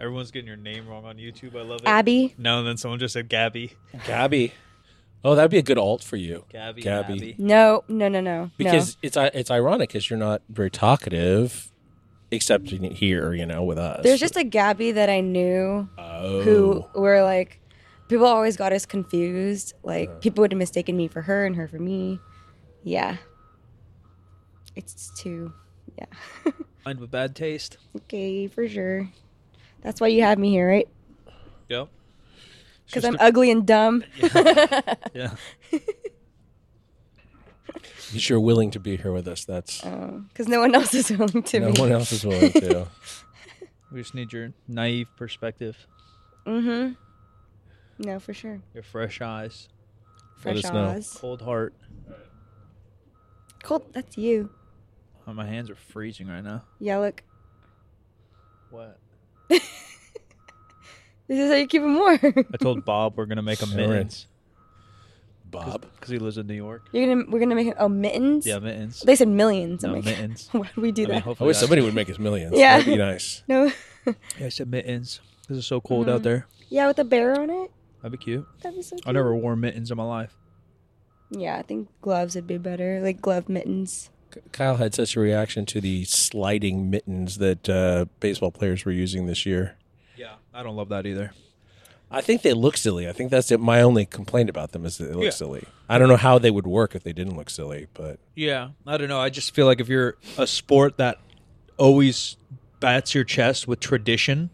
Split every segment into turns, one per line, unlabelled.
Everyone's getting your name wrong on YouTube. I love it.
Abby.
Now and then someone just said Gabby.
Gabby. Oh, that'd be a good alt for you.
Gabby.
Gabby.
Abby.
No, no, no, no.
Because it's i- it's ironic because you're not very talkative, except in here, you know, with us.
no. There's just a Gabby that I knew
oh.
who were like, people always got us confused. Like,
Uh.
people would have mistaken me for her and her for me. Yeah. It's too, yeah.
Mind with bad taste.
okay, for sure. That's why you have me here, right?
Yep. It's
Because
just
I'm ugly and dumb.
a- yeah.
Because you're willing to be here with us. That's
Uh, Because Oh, no one else is willing to
no
be.
one else is willing to.
We just need your naive perspective,
Mm-hmm. No, for sure.
your fresh eyes,
Fresh
us know.
Oz.
cold heart.
Cool. That's you.
Oh, my hands are freezing right now.
Yeah, look.
What?
This is how you keep them warm.
I told Bob we're gonna make a
Sure.
mittens
Bob.
because he lives in New York.
You're gonna we're gonna make oh mittens.
Yeah, mittens.
They said millions. I'm
No,
like,
mittens.
why do we do
I mean,
that?
I
hopefully
wish
not.
somebody would make us millions.
Yeah.
That'd be nice.
no.
Yeah, I said mittens because it's so cold
Mm.
out there.
Yeah, with a bear on it.
That'd be cute.
That'd be so. Cute.
I never wore mittens in my life.
Yeah, I think gloves would be better, like glove mittens.
Kyle had such a reaction to the sliding mittens that uh, baseball players were using this year.
Yeah, I don't love that either.
I think they look silly. I think that's it. my only complaint about them is that they look
Yeah.
silly. I don't know how they would work if they didn't look silly, but
Yeah, I don't know. I just feel like if you're a sport that always bats your chest with tradition,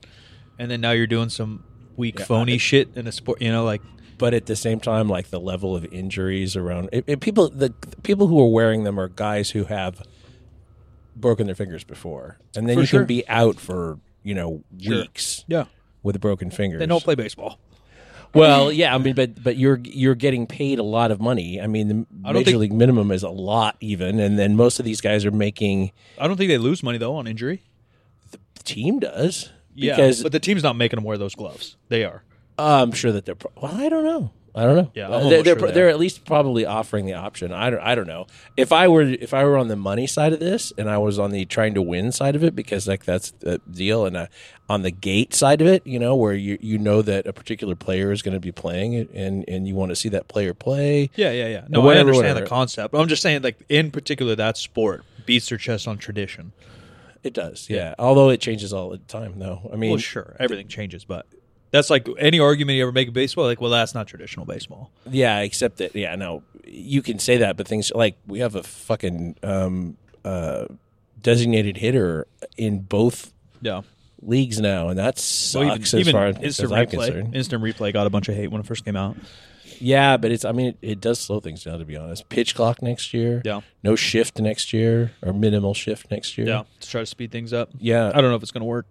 and then now you're doing some weak,
Yeah,
phony
I-
shit in a sport, you know, like
but at the same time, like the level of injuries around it, it- people, the, the people who are wearing them are guys who have broken their fingers before, and then
For
you
sure.
can be out for you know
Sure.
weeks
yeah,
with broken fingers.
they don't play baseball.
Well, yeah, I mean, but but you're you're getting paid a lot of money. I mean, the
I don't
major
think-
league minimum is a lot, even, and then most of these guys are making
I don't think they lose money though on injury.
the team does
Yeah,
because
but the team's not making them wear those gloves. They are.
I'm sure that they're. pro- Well, I don't know. I don't know.
Yeah, I'm
Uh,
almost
they're they're,
sure
pro-
they
they're
are.
at least probably offering the option. I don't. I don't know. If I were if I were on the money side of this, and I was on the trying to win side of it, because like that's the deal, and uh, on the gate side of it, you know, where you you know that a particular player is going to be playing, and and you want to see that player play.
Yeah, yeah, yeah. No, I
Whatever,
understand
whatever.
the concept. I'm just saying, like in particular, that sport beats their chest on tradition.
It does, yeah. Although it changes all the time, though. I mean,
Well, sure, everything changes, but that's like any argument you ever make in baseball. Like, well, that's not traditional baseball.
yeah, except that, yeah, no, you can say that, but things like we have a fucking um, uh, designated hitter in both
Yeah.
leagues now, and that sucks
Well,
as far as,
instant
I'm
replay.
concerned.
Instant replay got a bunch of hate when it first came out.
Yeah, but it's, I mean, it, it does slow things down, to be honest. Pitch clock next year.
Yeah.
No shift next year or minimal shift next year.
Yeah, to try to speed things up.
Yeah.
I don't know if it's going to work.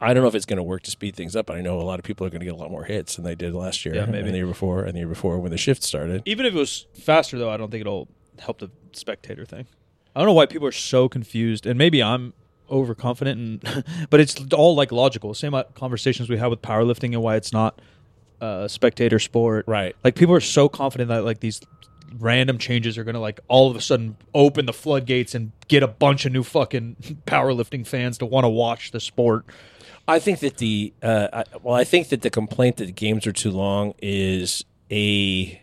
I don't know if it's going to work to speed things up. but I know a lot of people are going to get a lot more hits than they did last year,
Yeah, maybe.
and the year before, and the year before when the shift started.
Even if it was faster, though, I don't think it'll help the spectator thing. I don't know why people are so confused, and maybe I'm overconfident, and but it's all like logical. Same uh, conversations we had with powerlifting and why it's not uh, spectator sport.
Right.
Like people are so confident that like these random changes are going to like all of a sudden open the floodgates and get a bunch of new fucking powerlifting fans to want to watch the sport.
I think that the uh, I, well, I think that the complaint that the games are too long is a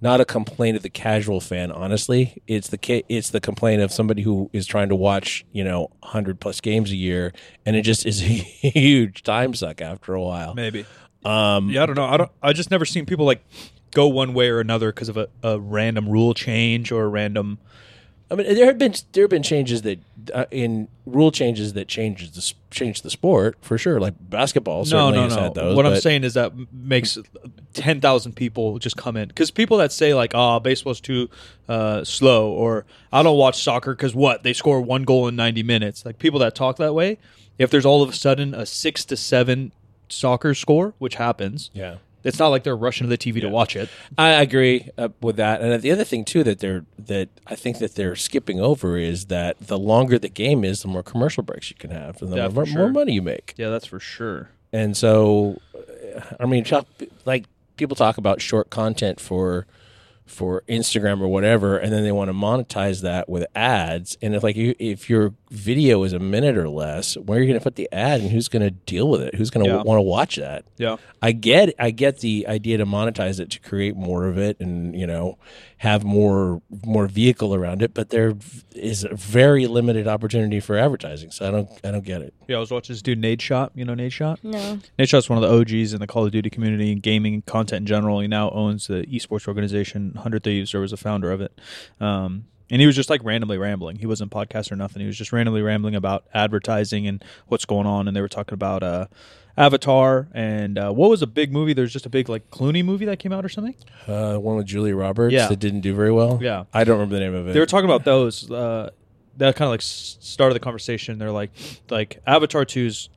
not a complaint of the casual fan. Honestly, it's the ca- it's the complaint of somebody who is trying to watch you know hundred plus games a year, and it just is a huge time suck after a while.
Maybe.
Um,
Yeah, I don't know. I don't. I just never seen people like go one way or another because of a, a random rule change or a random.
I mean, there have been there have been changes that uh, in rule changes that changes the s- change the sport for sure. Like basketball,
No,
certainly
no,
has
no.
had those,
what I'm
but-
saying is that m- makes ten thousand people just come in because people that say like, "Ah, baseball's too uh, slow," or "I don't watch soccer because what they score one goal in ninety minutes." Like people that talk that way, if there's all of a sudden a six to seven soccer score, which happens,
yeah.
it's not like they're rushing to the TV to watch it.
I agree uh, with that, and the other thing too that they're that I think that they're skipping over is that the longer the game is, the more commercial breaks you can have, and the
Yeah,
more,
for
more
sure.
money you make.
Yeah, that's for sure.
And so, uh, I mean, talk, like people talk about short content for for Instagram or whatever, and then they want to monetize that with ads. And if like you if you're video is a minute or less, where are you going to put the ad and who's going to deal with it? Who's going to
Yeah.
want to watch that?
Yeah.
I get I get the idea to monetize it to create more of it and you know have more more vehicle around it, but there is a very limited opportunity for advertising. So I don't I don't get it.
Yeah, I was watching this dude Nade Shot. You know Nade Shot?
No.
Nate Shot's one of the OGs in the Call of Duty community and gaming and content in general. He now owns the esports organization 100 Thieves, or was a founder of it. Um, and he was just like randomly rambling. He wasn't podcast or nothing. He was just randomly rambling about advertising and what's going on. And they were talking about uh, Avatar and uh, what was a big movie? There's just a big like Clooney movie that came out or something.
Uh, one with Julia Roberts
Yeah.
that didn't do very well.
Yeah.
I don't remember the name of it.
They were talking about those. Uh, that kind of like s- started the conversation. They're like, like Avatar 2's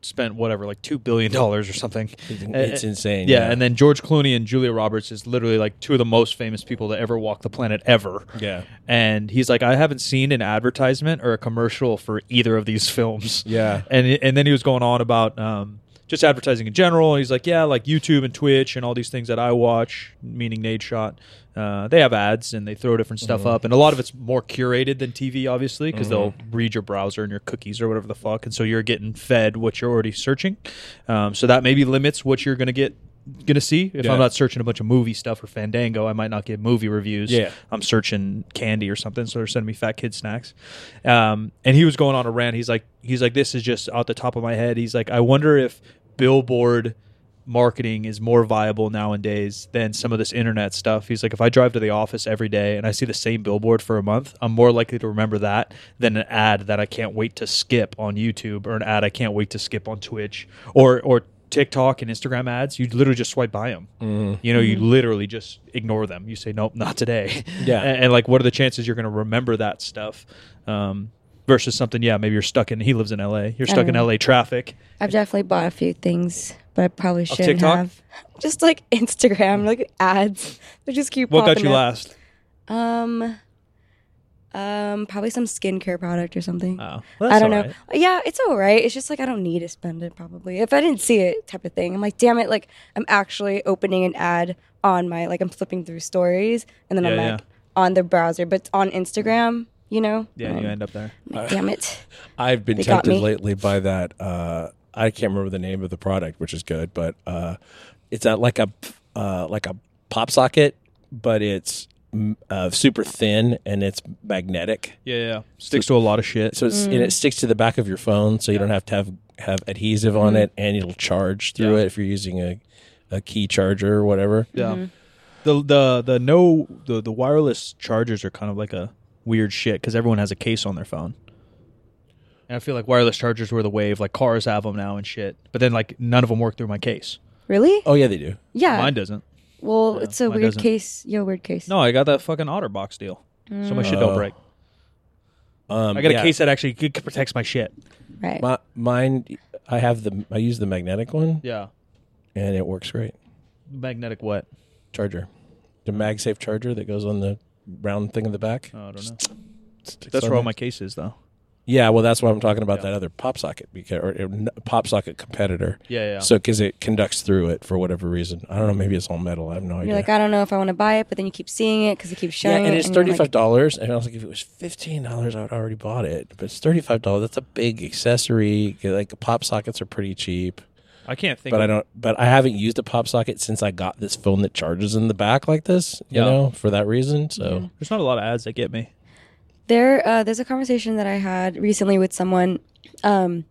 spent whatever like two billion dollars or something.
it's insane.
Eh, Yeah, and then George Clooney and Julia Roberts is literally like two of the most famous people to ever walk the planet ever.
yeah,
And he's like, I haven't seen an advertisement or a commercial for either of these films.
Yeah.
And and then he was going on about um, just advertising in general. He's like, yeah, like YouTube and Twitch and all these things that I watch, meaning Nade Shot. Uh, they have ads and they throw different
Mm-hmm.
stuff up, and a lot of it's more curated than TV, obviously, because they'll
Mm-hmm.
read your browser and your cookies or whatever the fuck, and so you're getting fed what you're already searching. Um, so that maybe limits what you're gonna get, gonna see. If
Yeah.
I'm not searching a bunch of movie stuff or Fandango, I might not get movie reviews.
Yeah.
I'm searching candy or something, so they're sending me fat kid snacks. Um, and he was going on a rant. He's like, he's like, this is just out the top of my head. He's like, I wonder if billboard marketing is more viable nowadays than some of this internet stuff. He's like, if I drive to the office every day and I see the same billboard for a month, I'm more likely to remember that than an ad that I can't wait to skip on YouTube or an ad I can't wait to skip on Twitch or or TikTok and Instagram ads, you literally just swipe by them. You know,
Mm-hmm.
you literally just ignore them. You say, nope, not today.
Yeah.
and, and, like, what are the chances you're going to remember that stuff um, versus something? Yeah, maybe you're stuck in. He lives in L.A. You're stuck in L.A. traffic.
I've definitely bought a few things, but I probably shouldn't
TikTok?
have. Just like Instagram, like ads. They just keep
What got
popping
you
up.
last?
Um, um, probably some skincare product or something.
Oh,
I don't know. Yeah, it's all right. It's just like I don't need to spend it probably. If I didn't see it, type of thing. I'm like, damn it! Like I'm actually opening an ad on my like I'm flipping through stories and then I'm
Yeah,
like on the browser, but it's on Instagram. You know?
Yeah,
Um,
you end up there.
I'm like, damn it!
I've been
They got
tempted
me.
lately by that. Uh, I can't remember the name of the product, which is good, but uh, it's a, like a uh, like a pop socket, but it's mm, uh, super thin and it's magnetic,
Yeah, yeah. Sticks to a lot of shit.
so it's, and it sticks to the back of your phone, so you don't have to have have adhesive on it, and it'll charge through
Mm-hmm. Yeah.
it if you're using a a key charger or whatever.
yeah.
Mm-hmm.
The the the no the the wireless chargers are kind of like a weird shit because everyone has a case on their phone. And I feel like wireless chargers were the wave. Like cars have them now and shit. But then like none of them work through my case.
Really?
Oh yeah, they do.
yeah.
Mine doesn't.
well, it's a
mine
weird
doesn't.
case. Yeah, weird case.
No, I got that fucking OtterBox deal,
Mm.
so my shit
Oh.
don't break.
Um,
I got
yeah.
a case that actually c- protects my shit.
Right.
My, mine, I have the I use the magnetic one,
Yeah,
and it works great.
magnetic what?
charger, the MagSafe charger that goes on the round thing in the back.
Oh, I don't know.
Sticks
That's
on
where all
there.
my case is, though.
Yeah, well, that's why I'm talking about
Yeah.
that other pop socket because or uh, n- pop socket competitor.
Yeah, yeah.
So because it conducts through it for whatever reason, I don't know. Maybe it's all metal. I have no
You're
idea.
like, I don't know if I want to buy it, but then you keep seeing it because it keeps
yeah,
showing.
and it's
and you're
thirty
like,
five dollars. And I was like, if it was fifteen dollars, I would already bought it. But it's thirty five dollars. That's a big accessory. Like pop sockets are pretty cheap.
I can't think.
But I
of,
don't. But I haven't used a pop socket since I got this phone that charges in the back like this. You
Yeah.
know, for that reason. So
There's not a lot of ads that get me.
there uh, there's a conversation that I had recently with someone um,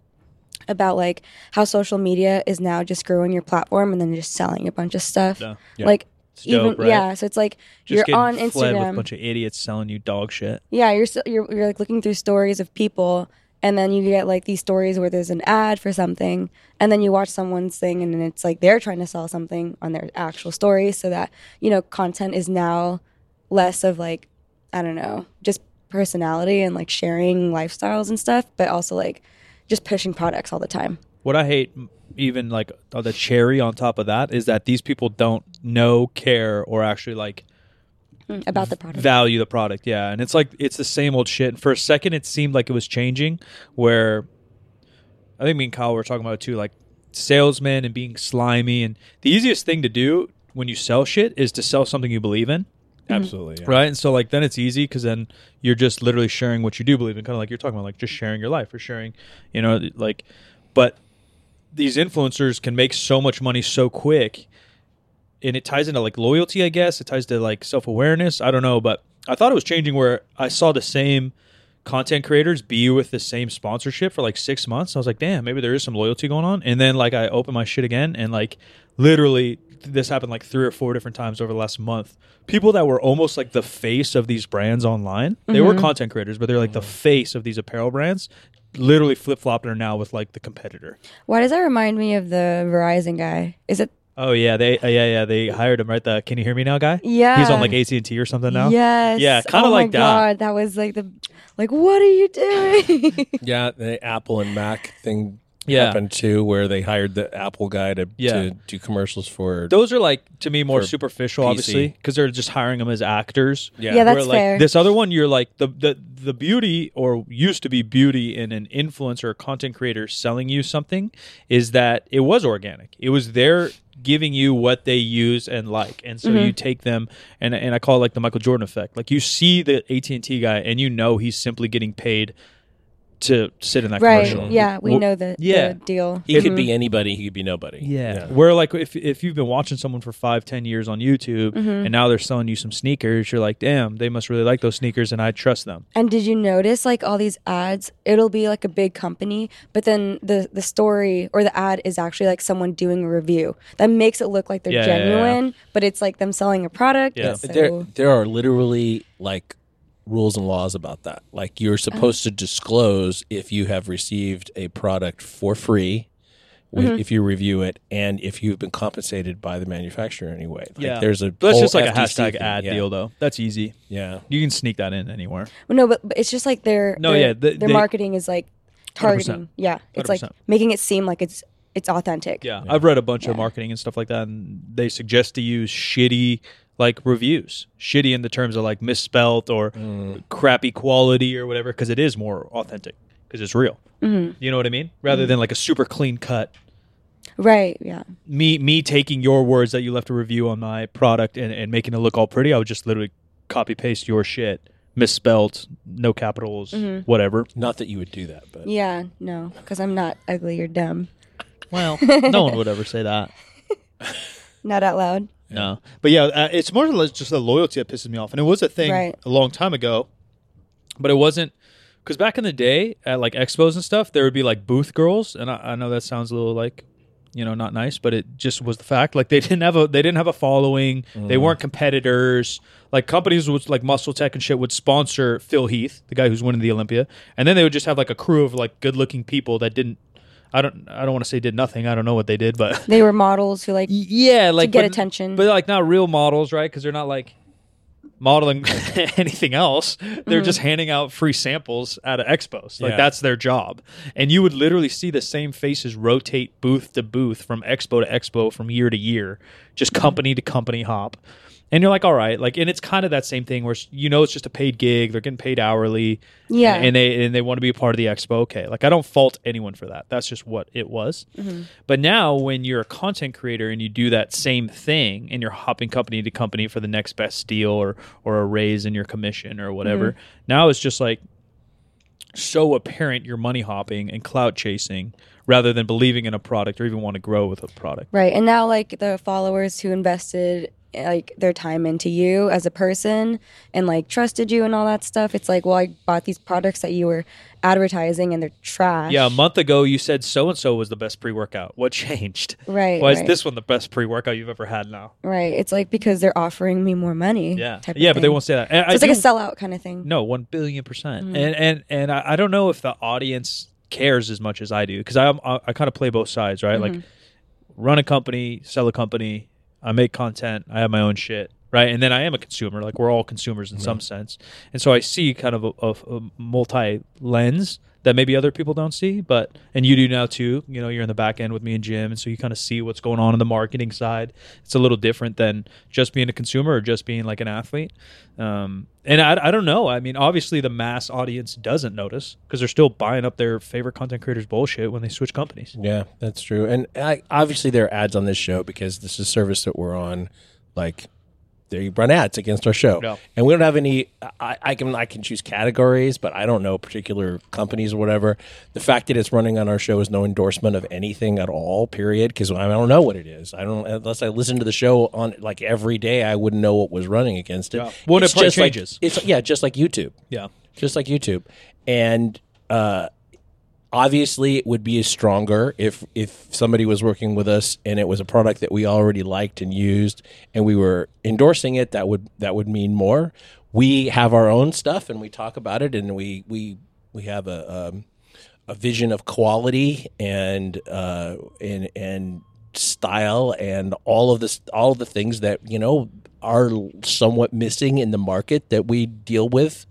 about like how social media is now just growing your platform and then just selling a bunch of stuff.
Yeah.
Yeah.
Like
It's dope, right?
yeah, so it's like
Just
you're on
getting fled with a
Instagram.
bunch of idiots selling you dog shit.
yeah, you're, s- you're you're like looking through stories of people and then you get like these stories where there's an ad for something and then you watch someone's thing and then it's like they're trying to sell something on their actual story so that, you know, content is now less of like I don't know, just personality and like sharing lifestyles and stuff, but also like just pushing products all the time.
What I hate, m- even like uh, the cherry on top of that, is that these people don't know, care, or actually like
Mm, about the product.
value the product. Yeah, and it's like it's the same old shit. And for a second, it seemed like it was changing. Where I think me and Kyle were talking about it too, like salesmen and being slimy. And the easiest thing to do when you sell shit is to sell something you believe in.
Absolutely. yeah.
right? And so like then it's easy because then you're just literally sharing what you do believe in, kind of like you're talking about, like just sharing your life or sharing, you know, like. But these influencers can make so much money so quick, and it ties into like loyalty, I guess. It ties to like self awareness. I don't know, but I thought it was changing where I saw the same content creators be with the same sponsorship for like six months. I was like, damn, maybe there is some loyalty going on. And then like I open my shit again and like literally this happened like three or four different times over the last month. People that were almost like the face of these brands online, they were content creators, but they're like the face of these apparel brands, literally flip flopping are now with like the competitor.
Why does that remind me of the Verizon guy? Is it?
Oh yeah, they uh, yeah yeah they hired him right. The can you hear me now guy?
Yeah.
he's on like AT and T or something now.
Yes.
Yeah, kinda
oh
like
my
that.
God, that was like the, like what are you doing?
Yeah, the Apple and Mac thing
Yeah.
happened too, where they hired the Apple guy to,
Yeah.
to do commercials for.
Those are like to me more
For
superficial,
PC.
obviously, because they're just hiring them as actors.
Yeah, that's
Where, like
fair.
this other one, you're like the, the the beauty or used to be beauty in an influencer or content creator selling you something is that it was organic. It was their giving you what they use and like, and so
Mm-hmm.
you take them and and I call it like the Michael Jordan effect. Like you see the AT and T guy, and you know he's simply getting paid to sit in that
right.
commercial.
Yeah, we
Well,
know the,
yeah.
the deal.
he could
Mhm.
be anybody. He could be nobody.
Yeah. Where like if if you've been watching someone for five, ten years on YouTube and now they're selling you some sneakers, you're like, damn, they must really like those sneakers and I trust them.
And did you notice like all these ads? It'll be like a big company, but then the the story or the ad is actually like someone doing a review that makes it look like they're
Yeah, yeah, yeah.
genuine, but it's like them selling a product.
Yeah.
and so-
There, there are literally like rules and laws about that. Like you're supposed to disclose if you have received a product for free, with, if you review it, and if you've been compensated by the manufacturer in any way. Like
Yeah.
there's a
But that's
whole
just like a
FTC
hashtag
thing.
ad
Yeah.
deal though. That's easy.
Yeah,
You can sneak that in anywhere.
Well, no, but, but it's just like their
No,
their,
yeah, the-
their
they-
marketing is like
100%.
targeting. Yeah, it's like
100%.
making it seem like it's it's authentic.
Yeah. I've read a bunch of marketing and stuff like that and they suggest to use shitty like reviews. Shitty in the terms of like misspelt or crappy quality or whatever because it is more authentic because it's real. You know what I mean? Rather than like a super clean cut
Right. Yeah.
me me taking your words that you left a review on my product and, and making it look all pretty, I would just literally copy paste your shit, misspelled, no capitals, whatever.
not that you would do that, but
Yeah. No, because I'm not ugly or dumb.
Well, no one would ever say that.
Not out loud.
No, but yeah, uh, it's more or less just the loyalty that pisses me off, and it was a thing
Right.
a long time ago, but it wasn't because back in the day at like expos and stuff, there would be like booth girls, and I, I know that sounds a little like you know not nice, but it just was the fact. Like they didn't have a they didn't have a following, they weren't competitors. Like companies was like Muscle Tech and shit would sponsor Phil Heath, the guy who's winning the Olympia, and then they would just have like a crew of like good looking people that didn't. I don't. I don't want to say did nothing. I don't know what they did, but
They were models who like
yeah, like
get
but-
attention.
but like not real models, right? Because they're not like modeling anything else. They're
Mm-hmm.
just handing out free samples at a expos. Like
Yeah.
that's their job. And you would literally see the same faces rotate booth to booth, from expo to expo, from year to year,
Mm-hmm.
just company to company hop. And you're like, all right, like, and it's kind of that same thing where you know it's just a paid gig. They're getting paid hourly,
Yeah.
and they and they want to be a part of the expo. Okay, like I don't fault anyone for that. That's just what it was.
Mm-hmm.
But now, when you're a content creator and you do that same thing, and you're hopping company to company for the next best deal or or a raise in your commission or whatever,
Mm-hmm.
now it's just like so apparent you're money hopping and clout chasing rather than believing in a product or even want to grow with a product.
Right. And now, like, the followers who invested, like, their time into you as a person and, like, trusted you and all that stuff, it's like, well, I bought these products that you were advertising and they're trash.
Yeah, a month ago you said so and so was the best pre workout. What changed?
Right.
Why
right,
is this one the best pre workout you've ever had now?
Right. It's like because they're offering me more money.
Yeah,
Type of
yeah, but they
thing.
won't say that. And
So
I
it's like a
do-
sellout kind of thing.
No, one billion percent. And and and I, I don't know if the audience cares as much as I do because I I, I kind of play both sides, right? Like run a company, sell a company, I make content, I have my own shit, right? And then I am a consumer. Like we're all consumers in some sense, and so I see kind of a, of a multi lens that maybe other people don't see, but and you do now too. You know, you're in the back end with me and Jim, and so you kind of see what's going on in the marketing side. It's a little different than just being a consumer or just being like an athlete. Um, and I, I don't know. I mean, obviously the mass audience doesn't notice because they're still buying up their favorite content creators bullshit when they switch companies.
Yeah, that's true. And I, obviously, there are ads on this show because this is a service that we're on. Like, they run ads against our show.
Yeah.
And we don't have any. I, I can I can choose categories, but I don't know particular companies or whatever. The fact that it's running on our show is no endorsement of anything at all. Period. Because I don't know what it is. I don't unless I listen to the show on like every day. I wouldn't know what was running against it.
Yeah. Well, and it
It's
probably
just like-
changes.
it's yeah, just like YouTube
Yeah.
just like YouTube. And uh, obviously, it would be stronger if if somebody was working with us and it was a product that we already liked and used, and we were endorsing it. That would that would mean more. We have our own stuff, and we talk about it, and we we we have a um, a vision of quality and uh, and and style and all of this all of the things that you know are somewhat missing in the market that we deal with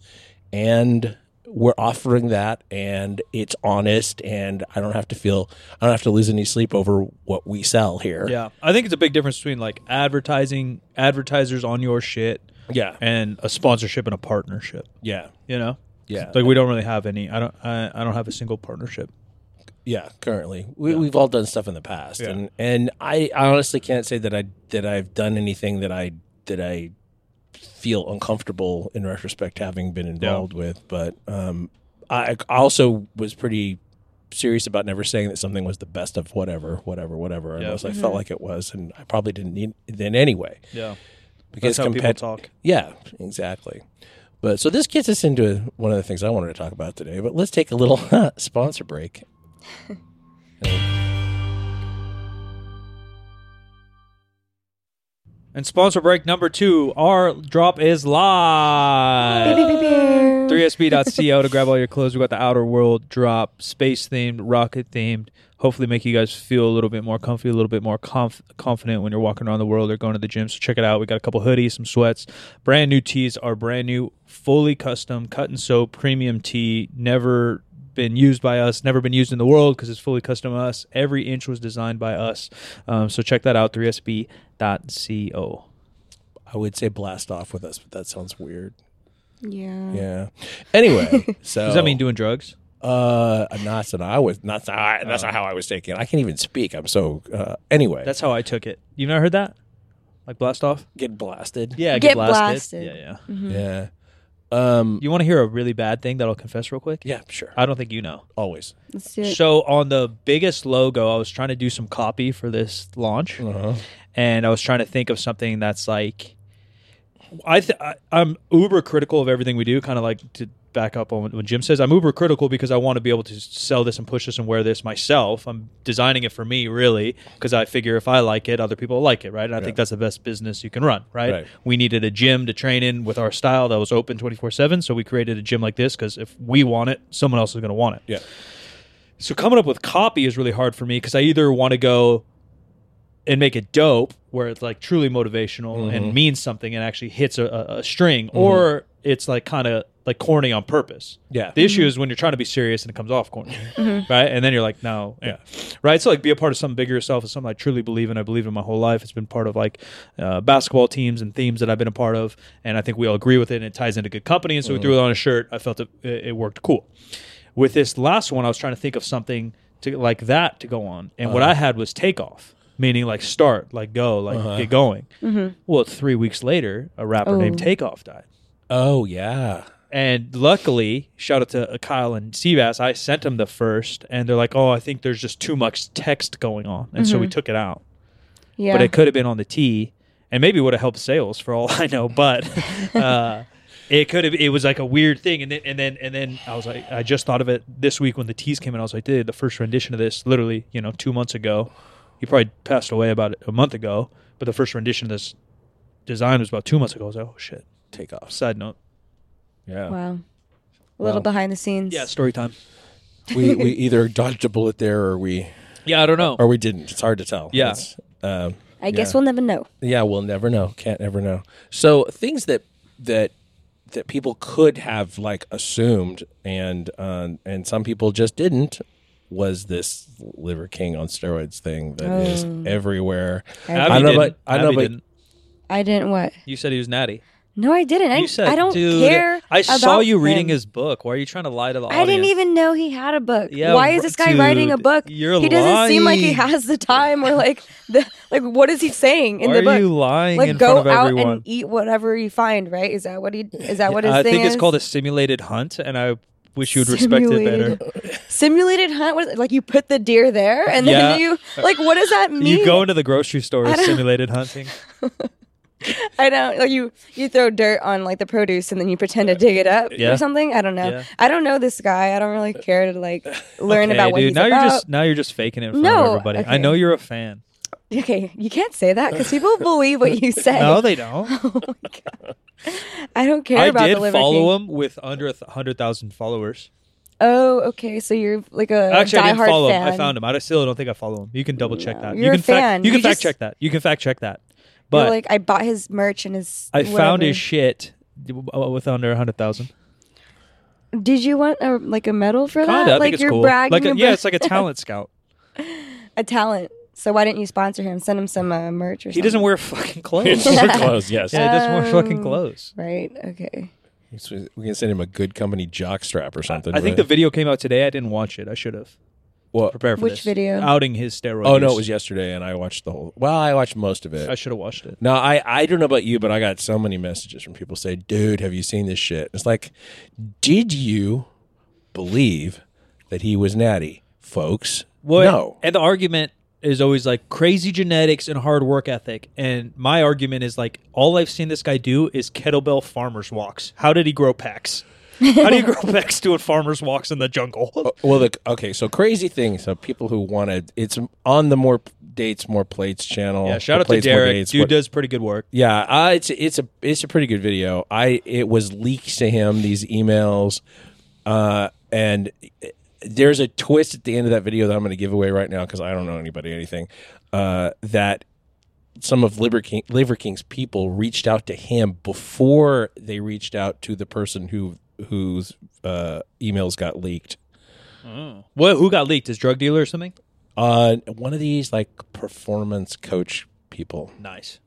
and we're offering that and it's honest and I don't have to feel I don't have to lose any sleep over what we sell here.
Yeah. I think it's a big difference between like advertising, advertisers on your shit,
Yeah.
and a sponsorship and a partnership.
Yeah.
You know?
Yeah.
Like we don't really have any. I don't. I, I don't have a single partnership.
Yeah, currently we, we've all done stuff in the past,
Yeah.
and and I, I honestly can't say that I that I've done anything that I that I feel uncomfortable in retrospect having been involved with. But um, I I also was pretty serious about never saying that something was the best of whatever, whatever, whatever,
Yeah.
unless I felt like it was, and I probably didn't need it then anyway.
Yeah.
Because
That's how people
compared,
talk.
yeah, exactly. But so this gets us into one of the things I wanted to talk about today. But let's take a little sponsor break.
And sponsor break number two. Our drop is live. 3sb.co to grab all your clothes. We got the Outer World drop, space themed, rocket themed. Hopefully, make you guys feel a little bit more comfy, a little bit more conf- confident when you're walking around the world or going to the gym. So check it out. We got a couple hoodies, some sweats, brand new tees. Our brand new, fully custom, cut and sew premium tee. Never been used by us, never been used in the world because it's fully custom us. Every inch was designed by us. Um, so check that out. 3sb.co.
I would say blast off with us, but that sounds weird.
Yeah.
Yeah. Anyway, so
Does that mean doing drugs?
Uh, not that I was. Not that I, that's
Oh.
not how I was taking. it. I can't even speak. I'm so. Uh, anyway,
That's how I took it. You've never heard that? Like blast off?
get blasted.
Yeah,
Get blasted.
Yeah, yeah.
Yeah. Um.
You want to hear a really bad thing that I'll confess real quick?
Yeah. Sure.
I don't think you know.
Always.
Let's do it.
So on the biggest logo, I was trying to do some copy for this launch,
Uh-huh.
and I was trying to think of something that's like, I, th- I I'm uber critical of everything we do. Kind of like to back up on what Jim says, I'm uber critical because I want to be able to sell this and push this and wear this myself. I'm designing it for me really because I figure if I like it, other people will like it, right? And I think that's the best business you can run, right?
Right.
We needed a gym to train in with our style that was open 24 seven, so we created a gym like this because if we want it, someone else is going to want it.
Yeah.
So coming up with copy is really hard for me because I either want to go and make it dope, where it's like truly motivational and means something and actually hits a, a, a string, or it's like kind of like corny on purpose.
Yeah.
The issue is when you're trying to be serious and it comes off corny, right? And then you're like, no, yeah, right. So like, be a part of something bigger yourself is something I truly believe in. I believe in my whole life. It's been part of like uh, basketball teams and themes that I've been a part of, and I think we all agree with it. And it ties into good company. And so we threw it on a shirt. I felt it, it it worked cool. With this last one, I was trying to think of something to like that to go on, and what I had was takeoff. Meaning, like start, like go, like get going. Well, three weeks later, a rapper named
Oh.
Takeoff died.
Oh yeah.
And luckily, shout out to uh, Kyle and Seabass, I sent them the first, and they're like, "Oh, I think there's just too much text going on," and so we took it out.
yeah.
But it could have been on the T, and maybe would have helped sales for all I know. But uh, it could have. It was like a weird thing, and then and then and then I was like, I just thought of it this week when the T's came in. I was like, "Dude, the first rendition of this, literally, you know, two months ago. He probably passed away about a month ago, but the first rendition of this design was about two months ago." I was like, "Oh shit."
Takeoffs.
Side note.
Yeah.
wow. A little
Wow.
behind the scenes.
Yeah, story time.
we we either dodged a bullet there or we
Yeah, I don't know.
or we didn't. It's hard to tell.
Yeah.
It's, Um.
I guess we'll never know.
Yeah, we'll never know. Can't ever know. So things that that that people could have like assumed, and uh, and some people just didn't, was this Liver King on steroids thing that is everywhere.
Oh. Abby
I don't know
didn't.
about- I don't know
Abby
about-
didn't.
I didn't what?
You said he was natty.
No, I didn't. I,
You
didn't-
said,
I don't
"Dude,
care.
I saw
about
you reading
him.
his book. Why are you trying to lie to the
I
audience?
didn't even know he had a book.
Yeah,
Why is
br-
this guy writing a
dude,
book?
you're
he doesn't seem like
lying.
he has the time or like the like. What is he saying in
Why
the
are
book?
you lying
like
in
go
front of
out
everyone?
and eat whatever you find. Right? Is that what he? Is that what his
I
thing
think
is?
it's called a simulated hunt, and I wish you would respect it better.
simulated hunt. What is it? Like you put the deer there and
Yeah.
then you like. What does that mean?
You go into the grocery store
I
with
don't-
simulated hunting.
I don't like you. You throw dirt on like the produce and then you pretend to dig it up
Yeah.
or something. I don't know.
Yeah.
I don't know this guy. I don't really care to like learn
Okay,
about what
dude,
he's
now
about.
you're just now you're just faking it in front of
No,
everybody. I
okay.
know you're a fan.
Okay, you can't say that because people believe what you say.
No, they don't.
Oh my God. I don't care
I
about
did
the Liver King.
follow him with under a th- hundred thousand followers.
Oh, okay. So you're like a
Actually, I didn't
diehard
follow
fan.
him. I found him. I still don't think I follow him. You can double check
No,
that.
you're
you
a
can
fan.
fact. You can
You
fact
just-
check that. You can fact check that.
You're
But
like I bought his merch and his.
I found
whatever.
his shit uh, with under a hundred thousand.
Did you want a, like a medal for
Kinda, I
that?
think
like
it's
you're
cool.
bragging
like a,
about
yeah, it's like a talent scout.
a talent. So why didn't you sponsor him? Send him some uh, merch or something.
He doesn't wear fucking clothes.
It's so close, yes.
yeah, he doesn't wear fucking
Um,
clothes.
Right. Okay.
So we can send him a good company jock strap or something.
I think the
but-
video came out today. I didn't watch it. I should have
Well,
prepared for
Which
this.
video?
Outing his steroids.
oh, no, it was yesterday, and I watched the whole. Well, I watched most of it.
I should have watched it.
No, I, I don't know about you, but I got so many messages from people say, dude, have you seen this shit? It's like, did you believe that he was natty, folks?
Well,
no.
And the argument is always like crazy genetics and hard work ethic. And my argument is like all I've seen this guy do is kettlebell farmers walks. How did he grow packs? How do you grow packs doing farmers walks in the jungle?
Well, the, okay, so crazy thing. So people who want to, it's on the more dates, more plates channel.
yeah, shout out
oh, The
to
Plates, More
Derek.
Dates,
Dude
what-
does pretty good work.
Yeah, uh, it's it's a it's a pretty good video. I it was leaked to him these emails, uh, and there's a twist at the end of that video that I'm going to give away right now because I don't know anybody anything. Uh, that some of Liver, King, Liver King's people reached out to him before they reached out to the person who whose uh, emails got leaked.
What? Who got leaked? His drug dealer or something?
Uh, one of these like performance coach people.
Nice.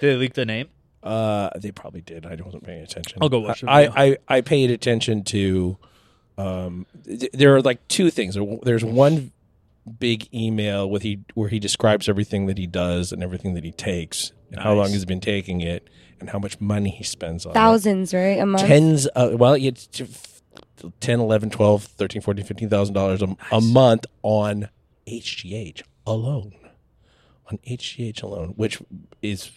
Did they leak the name?
Uh, they probably did. I wasn't paying attention.
I'll go watch the
I,
video.
I, I, I paid attention to. Um, th- there are like two things. There- There's one big email with he where he describes everything that he does and everything that he takes and how long
Nice.
he's been taking it and how much money he spends on it.
Thousands, right? A month.
tens of well it's t- f- 10 11 12 13 14 15,000 dollars a- a month on HGH alone. On HGH alone, which is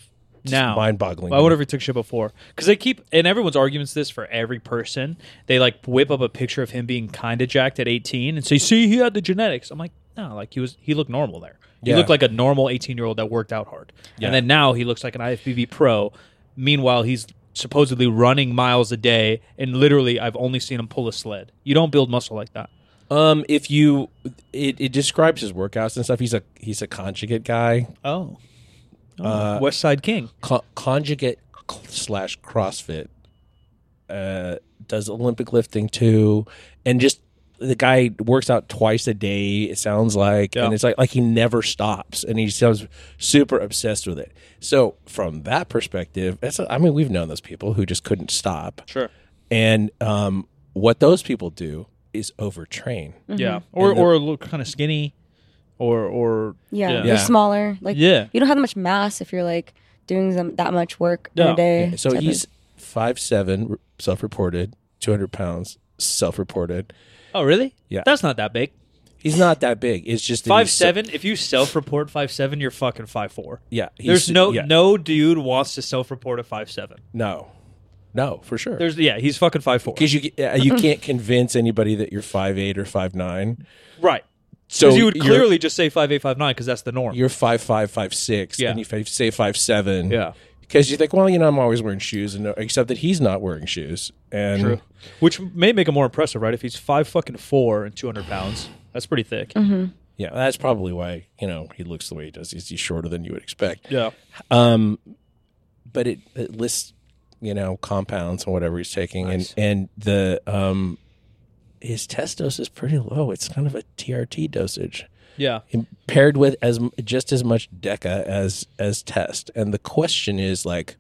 just
Now.
mind-boggling.
I wonder if he took shit before. Because they keep, and everyone's arguments this for every person. They like whip up a picture of him being kind of jacked at 18 and say, see, he had the genetics. I'm like, no, like he was, he looked normal there. He
Yeah.
looked like a normal 18 year old that worked out hard.
Yeah.
And then now he looks like an IFBB pro. Meanwhile, he's supposedly running miles a day. And literally, I've only seen him pull a sled. You don't build muscle like that.
Um, if you, it, it describes his workouts and stuff. He's a he's a conjugate guy,
Oh.
Uh,
West Side King.
Co- conjugate cl- slash CrossFit. Uh, does Olympic lifting too, and just the guy works out twice a day. It sounds like,
Yeah.
and it's like like he never stops, and he sounds super obsessed with it. So from that perspective, that's a, I mean we've known those people who just couldn't stop,
Sure.
and um, what those people do is overtrain.
Yeah. Or, or look kind of skinny or, or,
yeah.
Yeah.
You're
Yeah.
smaller. Like
Yeah.
You don't have that much mass if you're like doing them, that much work in
No.
a day.
So
type of-
he's five seven, self-reported, two hundred pounds, self-reported.
Oh, really?
Yeah.
That's not that big.
He's not that big. It's just that
Five
he's-
seven. If you self report five seven, you're fucking five four.
Yeah, he's-
There's no
yeah.
no dude wants to self report a five seven.
No, no, for sure.
There's yeah, he's fucking five four.
Because you uh, you can't convince anybody that you're five eight or five nine.
Right.
So
you would
you're-
clearly just say five eight five nine because that's the norm.
you're five five five six,
Yeah.
and you fa- say five seven.
Yeah.
Because you think, well, you know, I'm always wearing shoes, and no, except that he's not wearing shoes. And
True. Which may make him more impressive, right? If he's five fucking four and two hundred pounds, that's pretty thick.
yeah, that's probably why you know he looks the way he does. He's, he's shorter than you would expect.
Yeah.
Um, but it, it lists, you know, compounds and whatever he's taking, and and the um, his test dose is pretty low. It's kind of a TRT dosage,
Yeah.
and paired with as E m- just as much deca as as test. And the question is like,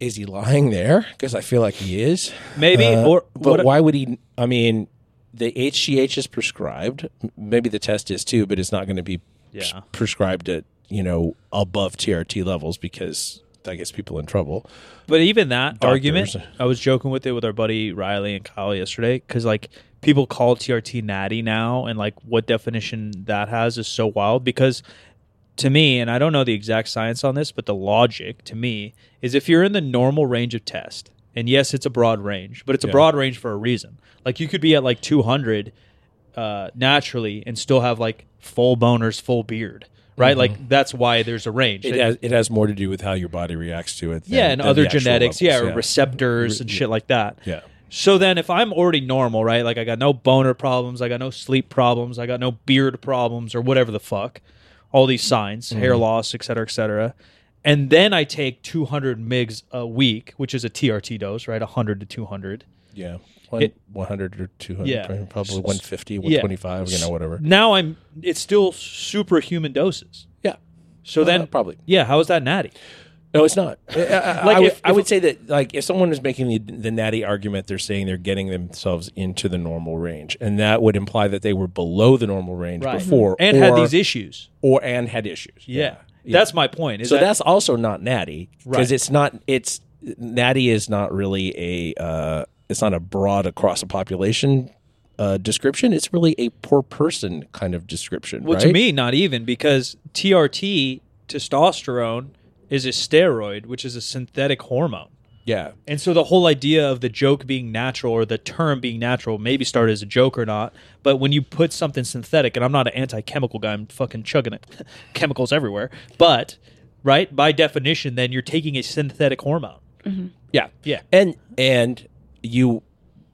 is he lying there? Because I feel like he is.
Maybe,
Uh,
or
but
what-
why would he? I mean, the HGH is prescribed. M- Maybe the test is too, but it's not going to be pres-
Yeah.
prescribed at you know above TRT levels because that gets people in trouble.
But even that
Doctors.
argument, I was joking with it with our buddy Riley and Kyle yesterday because like people call TRT natty now, and like what definition that has is so wild because to me, and I don't know the exact science on this, but the logic to me is if you're in the normal range of test, and yes, it's a broad range, but it's a
Yeah.
broad range for a reason. Like you could be at like 200 uh, naturally and still have like full boners, full beard, right?
Mm-hmm.
Like that's why there's a range.
It
It-
has it has more to do with how your body reacts to it. Than,
yeah, and
than
other
the actual
genetics, yeah,
levels.
or receptors and shit like that.
Yeah.
So then, if I'm already normal, right? Like I got no boner problems, I got no sleep problems, I got no beard problems, or whatever the fuck, all these signs,
Mm-hmm.
hair loss, et cetera, et cetera. And then I take 200 mgs a week, which is a TRT dose, right? 100 to 200.
yeah. One,
It-
100 or 200,
Yeah.
probably 150,
Yeah.
125, you know, whatever.
Now I'm, it's still superhuman doses.
Yeah.
So
Uh,
then,
probably.
yeah, how is that natty?
No, it's not. I, I-
Like
I would,
if-
I would say that, like, if someone is making the, the natty argument, they're saying they're getting themselves into the normal range, and that would imply that they were below the normal range before,
and
or,
had these issues.
or and had issues.
Yeah. That's my point. Is
so
that,
that's also not natty because
Right.
it's not. It's natty is not really a. Uh, it's not a broad across a population uh, description. It's really a per person kind of description.
Well,
right?
to me, not even because TRT testosterone is a steroid, which is a synthetic hormone.
yeah.
And so the whole idea of the joke being natural or the term being natural maybe started as a joke or not, but when you put something synthetic, and I'm not an anti-chemical guy, I'm fucking chugging it, chemicals everywhere. But right by definition, then you're taking a synthetic hormone.
Yeah,
Yeah.
and and you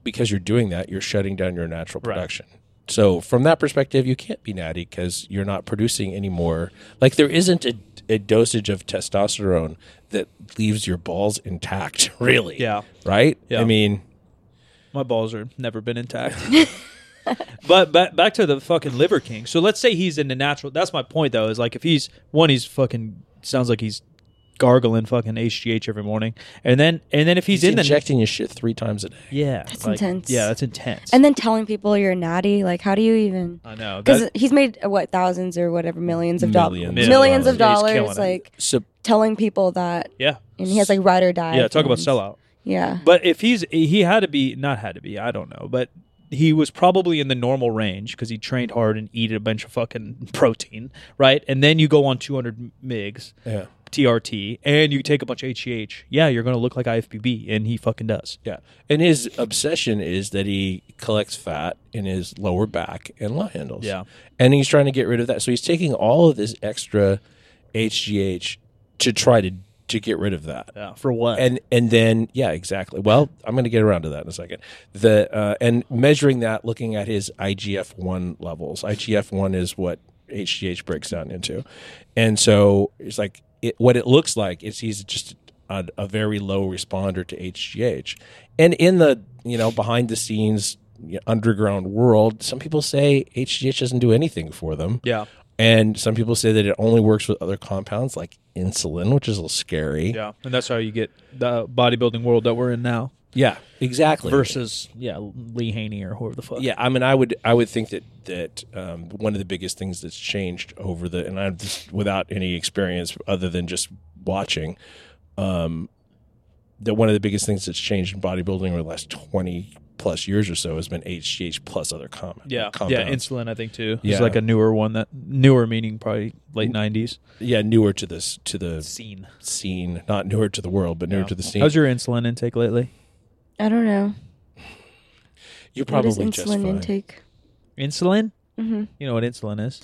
because you're doing that, you're shutting down your natural
Right.
production. So from that perspective, you can't be natty because you're not producing any more. Like there isn't a, a dosage of testosterone that leaves your balls intact, really.
Yeah.
Right.
Yeah.
I mean,
My balls are never been intact. but but back to the fucking liver king. So let's say he's in the natural. That's my point though. Is like if he's one, he's fucking sounds like he's gargling fucking HGH every morning, and then and then if he's,
he's
in the
injecting his shit three times a day.
yeah, that's
intense.
Yeah, that's intense.
And then telling people you're natty, like how do you even?
I know
Because
that-
he's made uh, what thousands or whatever millions of dollars,
Millions
millions,
of
of
dollars. Yeah, he's
dollars,
killing it.
like
So
telling people that,
yeah,
and he has like ride or die.
yeah. Talk about
plans.
sellout.
Yeah,
But if he's he had to be not had to be I don't know, but he was probably in the normal range because he trained hard and eat a bunch of fucking protein, right? And then you go on 200 migs.
yeah.
TRT and you take a bunch of HGH, yeah, you're going to look like IFBB, and he fucking does.
Yeah. And his obsession is that he collects fat in his lower back and lung handles.
Yeah.
And he's trying to get rid of that. So he's taking all of this extra HGH to try to to get rid of that.
Yeah, for what?
And and then yeah, exactly. Well, I'm going to get around to that in a second. The uh, and measuring that looking at his IGF-1 levels. IGF-1 is what HGH breaks down into. And so it's like it, what it looks like is he's just a, a very low responder to HGH. And in the, you know, behind the scenes you know, underground world, some people say HGH doesn't do anything for them.
yeah,
And some people say that it only works with other compounds like insulin, which is a little scary.
yeah, and that's how you get the bodybuilding world that we're in now
Yeah, exactly.
versus yeah Lee Haney or whoever the fuck.
yeah, I mean, I would, I would think that that um, one of the biggest things that's changed over the, and I'm just without any experience other than just watching, um, that one of the biggest things that's changed in bodybuilding over the last twenty plus years or so has been HGH plus other com-
yeah, yeah,
compounds.
insulin I think too.
Yeah.
It's like a newer one that newer meaning probably late '90s
yeah, newer to this to the
scene.
scene, not newer to the world, but newer to the scene.
How's your insulin intake lately?
I don't know.
You're
What
probably
is
just
insulin
fine.
intake?
Insulin? Mm-hmm. You know what insulin is?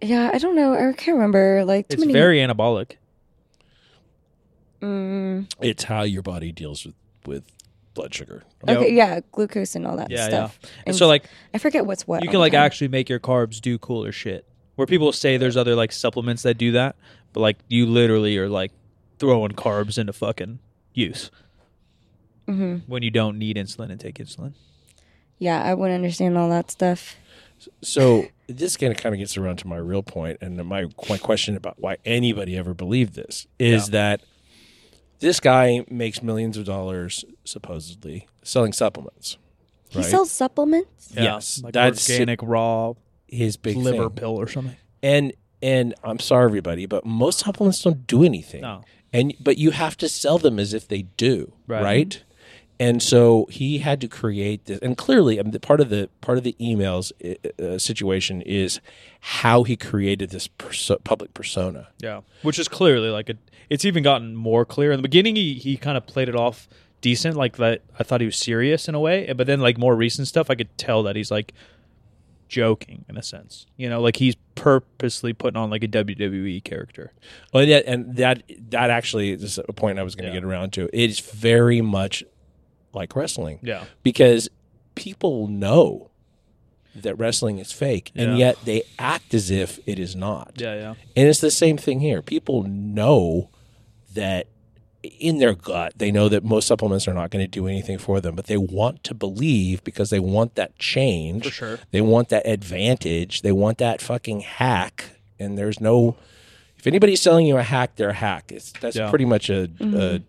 Yeah, I don't know. I can't remember. Like too
It's
many.
very anabolic.
Mm,
It's how your body deals with with blood sugar.
okay, yeah, glucose and all that
Yeah,
stuff.
yeah. And so like
I forget what's what.
you
all
can
the
like
time.
actually make your carbs do cooler shit. Where people say there's other like supplements that do that, but like you literally are like throwing carbs into fucking use
Mm-hmm.
when you don't need insulin and take insulin.
Yeah, I wouldn't understand all that stuff.
So this kind of kind of gets around to my real point and my my question about why anybody ever believed this is that This guy makes millions of dollars supposedly selling supplements.
He sells supplements.
Yeah,
yes,
like
that's
organic raw
his big
liver
thing.
pill or something.
And and I'm sorry everybody, but most supplements don't do anything.
No.
And but you have to sell them as if they do,
Right.
right? And so he had to create this, and clearly, I mean, the part of the part of the emails uh, uh, situation is how he created this perso- public persona.
Yeah, which is clearly like a, it's even gotten more clear. In the beginning, he he kind of played it off decent, like that. I thought he was serious in a way, but then like more recent stuff, I could tell that he's like joking in a sense. You know, like he's purposely putting on like a WWE character.
Well, Oh, yeah, and that that actually is a point I was going to
Yeah.
get around to. It's very much like wrestling.
Yeah,
because people know that wrestling is fake and
Yeah.
yet they act as if it is not.
yeah, yeah.
And it's the same thing here. People know that in their gut, they know that most supplements are not going to do anything for them, but they want to believe because they want that change.
For sure.
They want that advantage. They want that fucking hack. And there's no, if anybody's selling you a hack, they're a hack. It's, that's
Yeah.
pretty much a, a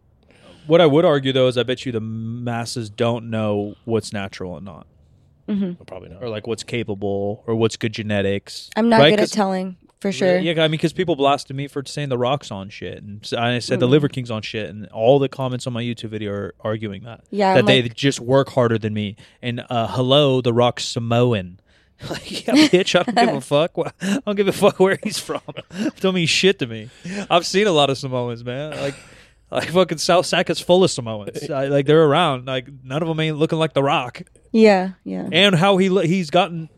What I would argue though is, I bet you the masses don't know what's natural and not,
probably not.
or like what's capable, or what's good genetics.
I'm not
Right?
good at
'Cause-
telling for sure.
Yeah, I mean, because people blasted me for saying the rocks on shit, and s- I said
Mm.
the liver kings on shit, and all the comments on my YouTube video are arguing that.
Yeah,
that
I'm
they
like-
just work harder than me. And uh, hello, the rock Samoan. like, yeah, bitch, I don't give a fuck. wha- I don't give a fuck where he's from. don't mean shit to me. I've seen a lot of Samoans, man. Like. Like fucking South Sac is full of Samoans. I, like they're around. Like none of them ain't looking like the Rock
Yeah, yeah.
and how he lo- he's gotten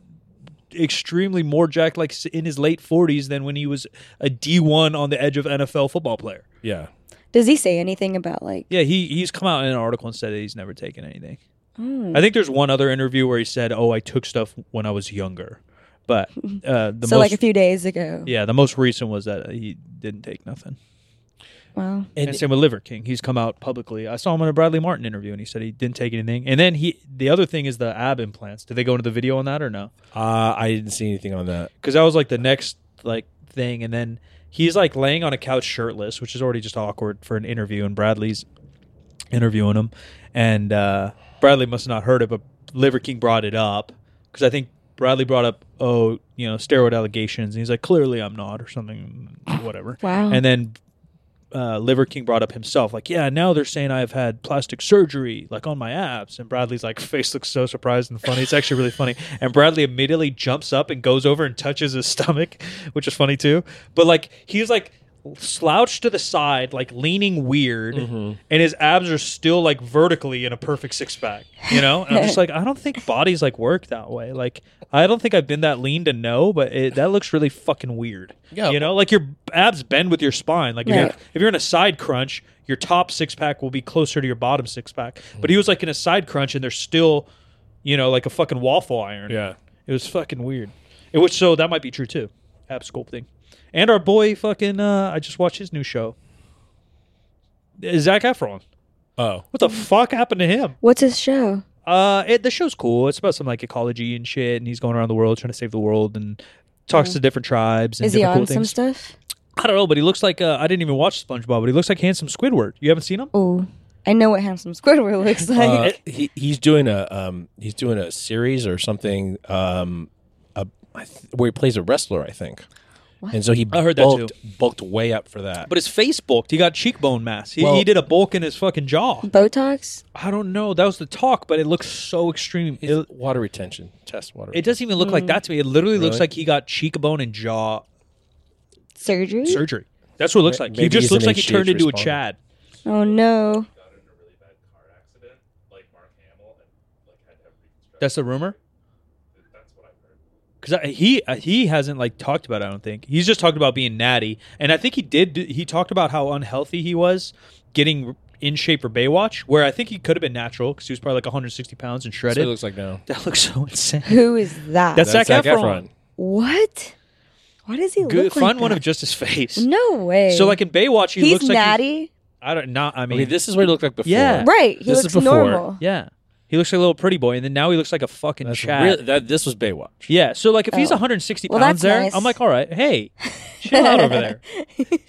extremely more jacked like s- in his late 40s than when he was a D1 on the edge of NFL football player.
Yeah.
Does he say anything about like?
Yeah, he he's come out in an article and said that he's never taken anything.
Mm.
I think there's one other interview where he said, "Oh, I took stuff when I was younger." But uh the
so
most
like a few days ago.
yeah, the most recent was that he didn't take nothing.
Wow.
And, same with Liver King. He's come out publicly. I saw him in a Bradley Martin interview and he said he didn't take anything. And then he the other thing is the ab implants. Did they go into the video on that or no?
Uh, I didn't see anything on that.
because that was like the next like thing and then he's like laying on a couch shirtless which is already just awkward for an interview and bradley's interviewing him and uh, bradley must have not heard it but liver king brought it up because i think bradley brought up oh you know steroid allegations and he's like clearly i'm not or something whatever
Wow.
and then uh, Liver King brought up himself, like, yeah, now they're saying I've had plastic surgery, like on my abs. And Bradley's like face looks so surprised and funny. It's actually really funny. And Bradley immediately jumps up and goes over and touches his stomach, which is funny too. But like he's like slouched to the side, like leaning weird, and his abs are still like vertically in a perfect six pack. You know? And I'm just like, I don't think bodies like work that way. Like I don't think I've been that lean to know, but it, that looks really fucking weird.
Yeah.
You know, like your abs bend with your spine. Like if, you're,
Right.
if you're in a side crunch, your top six pack will be closer to your bottom six pack. But he was like in a side crunch, and they're still, you know, like a fucking waffle iron.
Yeah.
it was fucking weird. It was so that might be true too, ab sculpting. And our boy fucking, uh, I just watched his new show. Zach Efron.
Oh.
What the fuck happened to him?
What's his show?
Uh, it, the show's cool. It's about some like ecology and shit, and he's going around the world trying to save the world and talks to different tribes. And
Mm. Is he
different
on
cool
some
things.
stuff?
I don't know, but he looks like uh, I didn't even watch SpongeBob, but he looks like handsome Squidward. You haven't seen him?
Oh, I know what handsome Squidward looks
Uh,
like.
he, he's doing a um, he's doing a series or something um, a, I th- where he plays a wrestler, I think. And so he
I heard that
bulked, bulked way up for that.
But his face bulked. He got cheekbone mass. He,
Well-
he did a bulk in his fucking jaw.
Botox.
I don't know. That was the talk, but it looks so extreme.
His
It,
water retention, chest water.
it doesn't even look
Hmm.
like that to me. It literally looks
Really?
like he got cheekbone and jaw
Surgery.
surgery. That's what it looks
Ma-
like. he
maybe
just
he's
looks
an
like he turned
HGH
into a
responder.
Chad.
oh no.
That's the rumor. Because he uh, he hasn't like talked about. it, I don't think he's just talked about being natty, and I think he did. do- He talked about how unhealthy he was getting r- in shape for Baywatch, where I think he could have been natural because he was probably like 160 pounds and
That's what
shredded.
it looks like now.
that looks so insane.
Who is that?
That's- Zac Efron.
what? Why does he
Good,
look like
find one
that?
of just his face.
No way.
So like in Baywatch, he
he's
looks like he-
natty,
I don't not. I mean,
Okay, this is what he looked like before.
Yeah.
right? He
This is
looks
before.
normal.
yeah, he He looks like a little pretty boy, and then now he looks like a fucking
That's
Chad.
really- that, this was Baywatch.
Yeah, so like if he's
Oh.
160
Well,
pounds
that's
there,
nice.
I'm like, all right, hey, chill out over there.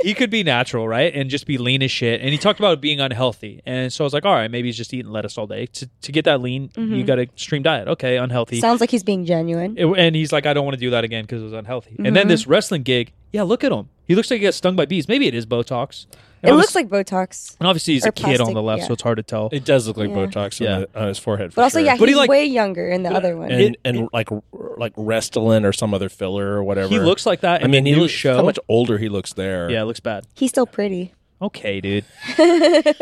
He could be natural, right, and just be lean as shit. And he talked about being unhealthy, and so I was like, all right, maybe he's just eating lettuce all day to, to get that lean. You
Mm-hmm.
got to stream diet, okay, unhealthy.
Sounds like he's being genuine.
It- and he's like, I don't want to do that again because it was unhealthy. And
Mm-hmm.
then this wrestling gig, yeah, look at him. He looks like he got stung by bees. Maybe it is Botox. And
It
obvi-
looks like Botox,
And obviously, he's a
or
kid on
plastic,
the left,
yeah.
so it's hard to tell.
It does look like
Yeah.
Botox on,
Yeah.
the- on his forehead. For
but also
sure.
yeah,
But he,
he's
like-
way younger in the
Yeah,
other one.
and
It-
and like r- like Restylane or some other filler or whatever.
He looks like that.
I mean,
the
he
new
looks
show.
how much older he looks there.
yeah, it looks bad.
he's still pretty.
Okay, dude.
Oh,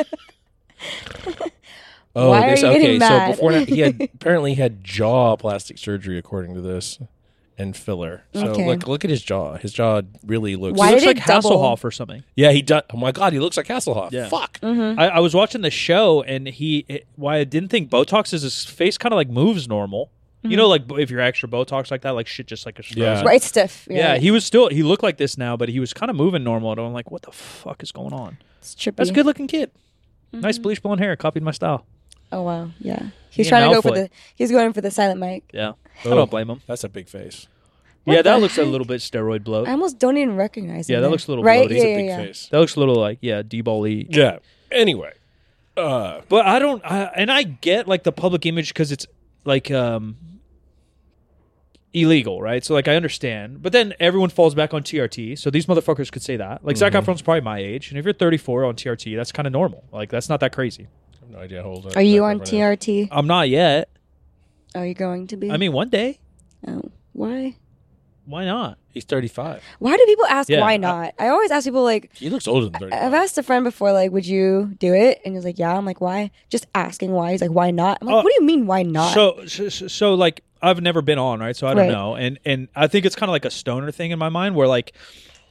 Why are
this,
you
okay.
getting
so
mad?
before now, he had apparently he had jaw plastic surgery according to this, and filler. So
Okay.
look look at his jaw. His jaw really looks.
He
Why
looks
did
like
it double-
Hasselhoff or something.
Yeah, he does. Oh my god, he looks like Hasselhoff.
Yeah.
Fuck.
Mm-hmm. Hmm.
I, I was watching the show, and he it, why I didn't think Botox is his face kind of like moves normal. You know, like if you're extra Botox like that, like shit just like a
Yeah.
Hmm. Right, stiff.
Yeah,
right.
he was still he looked like this now, but he was kind of moving normal. And I'm like, what the fuck is going on?
it's trippy.
That's a good looking kid.
Mm-hmm.
Nice bleach blonde hair, copied my style.
Oh wow, yeah. He's
Yeah,
trying to go for
Malfoy.
the. He's going for the silent mic.
Yeah, I
Oh.
don't blame him.
That's a big face.
yeah, that
the
looks a little bit steroid bloat.
I almost don't even recognize him.
Yeah, that
there.
looks a little
right.
bloated. He's
Yeah,
a
yeah,
Big
yeah.
face.
that looks a little like yeah, D-ball E.
Yeah. Anyway. Uh,
But I don't, I, and I get like the public image because it's like um illegal, right? So like I understand, but then everyone falls back on TRT. So these motherfuckers could say that. Like Zach
Mm-hmm.
Efron's probably my age, and if you're 34 on TRT, that's kind of normal. Like that's not that crazy.
I have no idea how old.
Are you on TRT?
I'm not yet.
Are you going to be?
I mean, one day,
oh, why?
why not?
He's thirty-five.
Why do people ask
Yeah, I-
why not? I, always ask people like
He looks older than thirty.
I've asked a friend before like would you do it and he's like yeah I'm like why just asking why he's like why not I'm like
Oh,
what do you mean why not
So, so, so like I've never been on, right? So I don't
Right.
know, and and I think it's kind of like a stoner thing in my mind, where like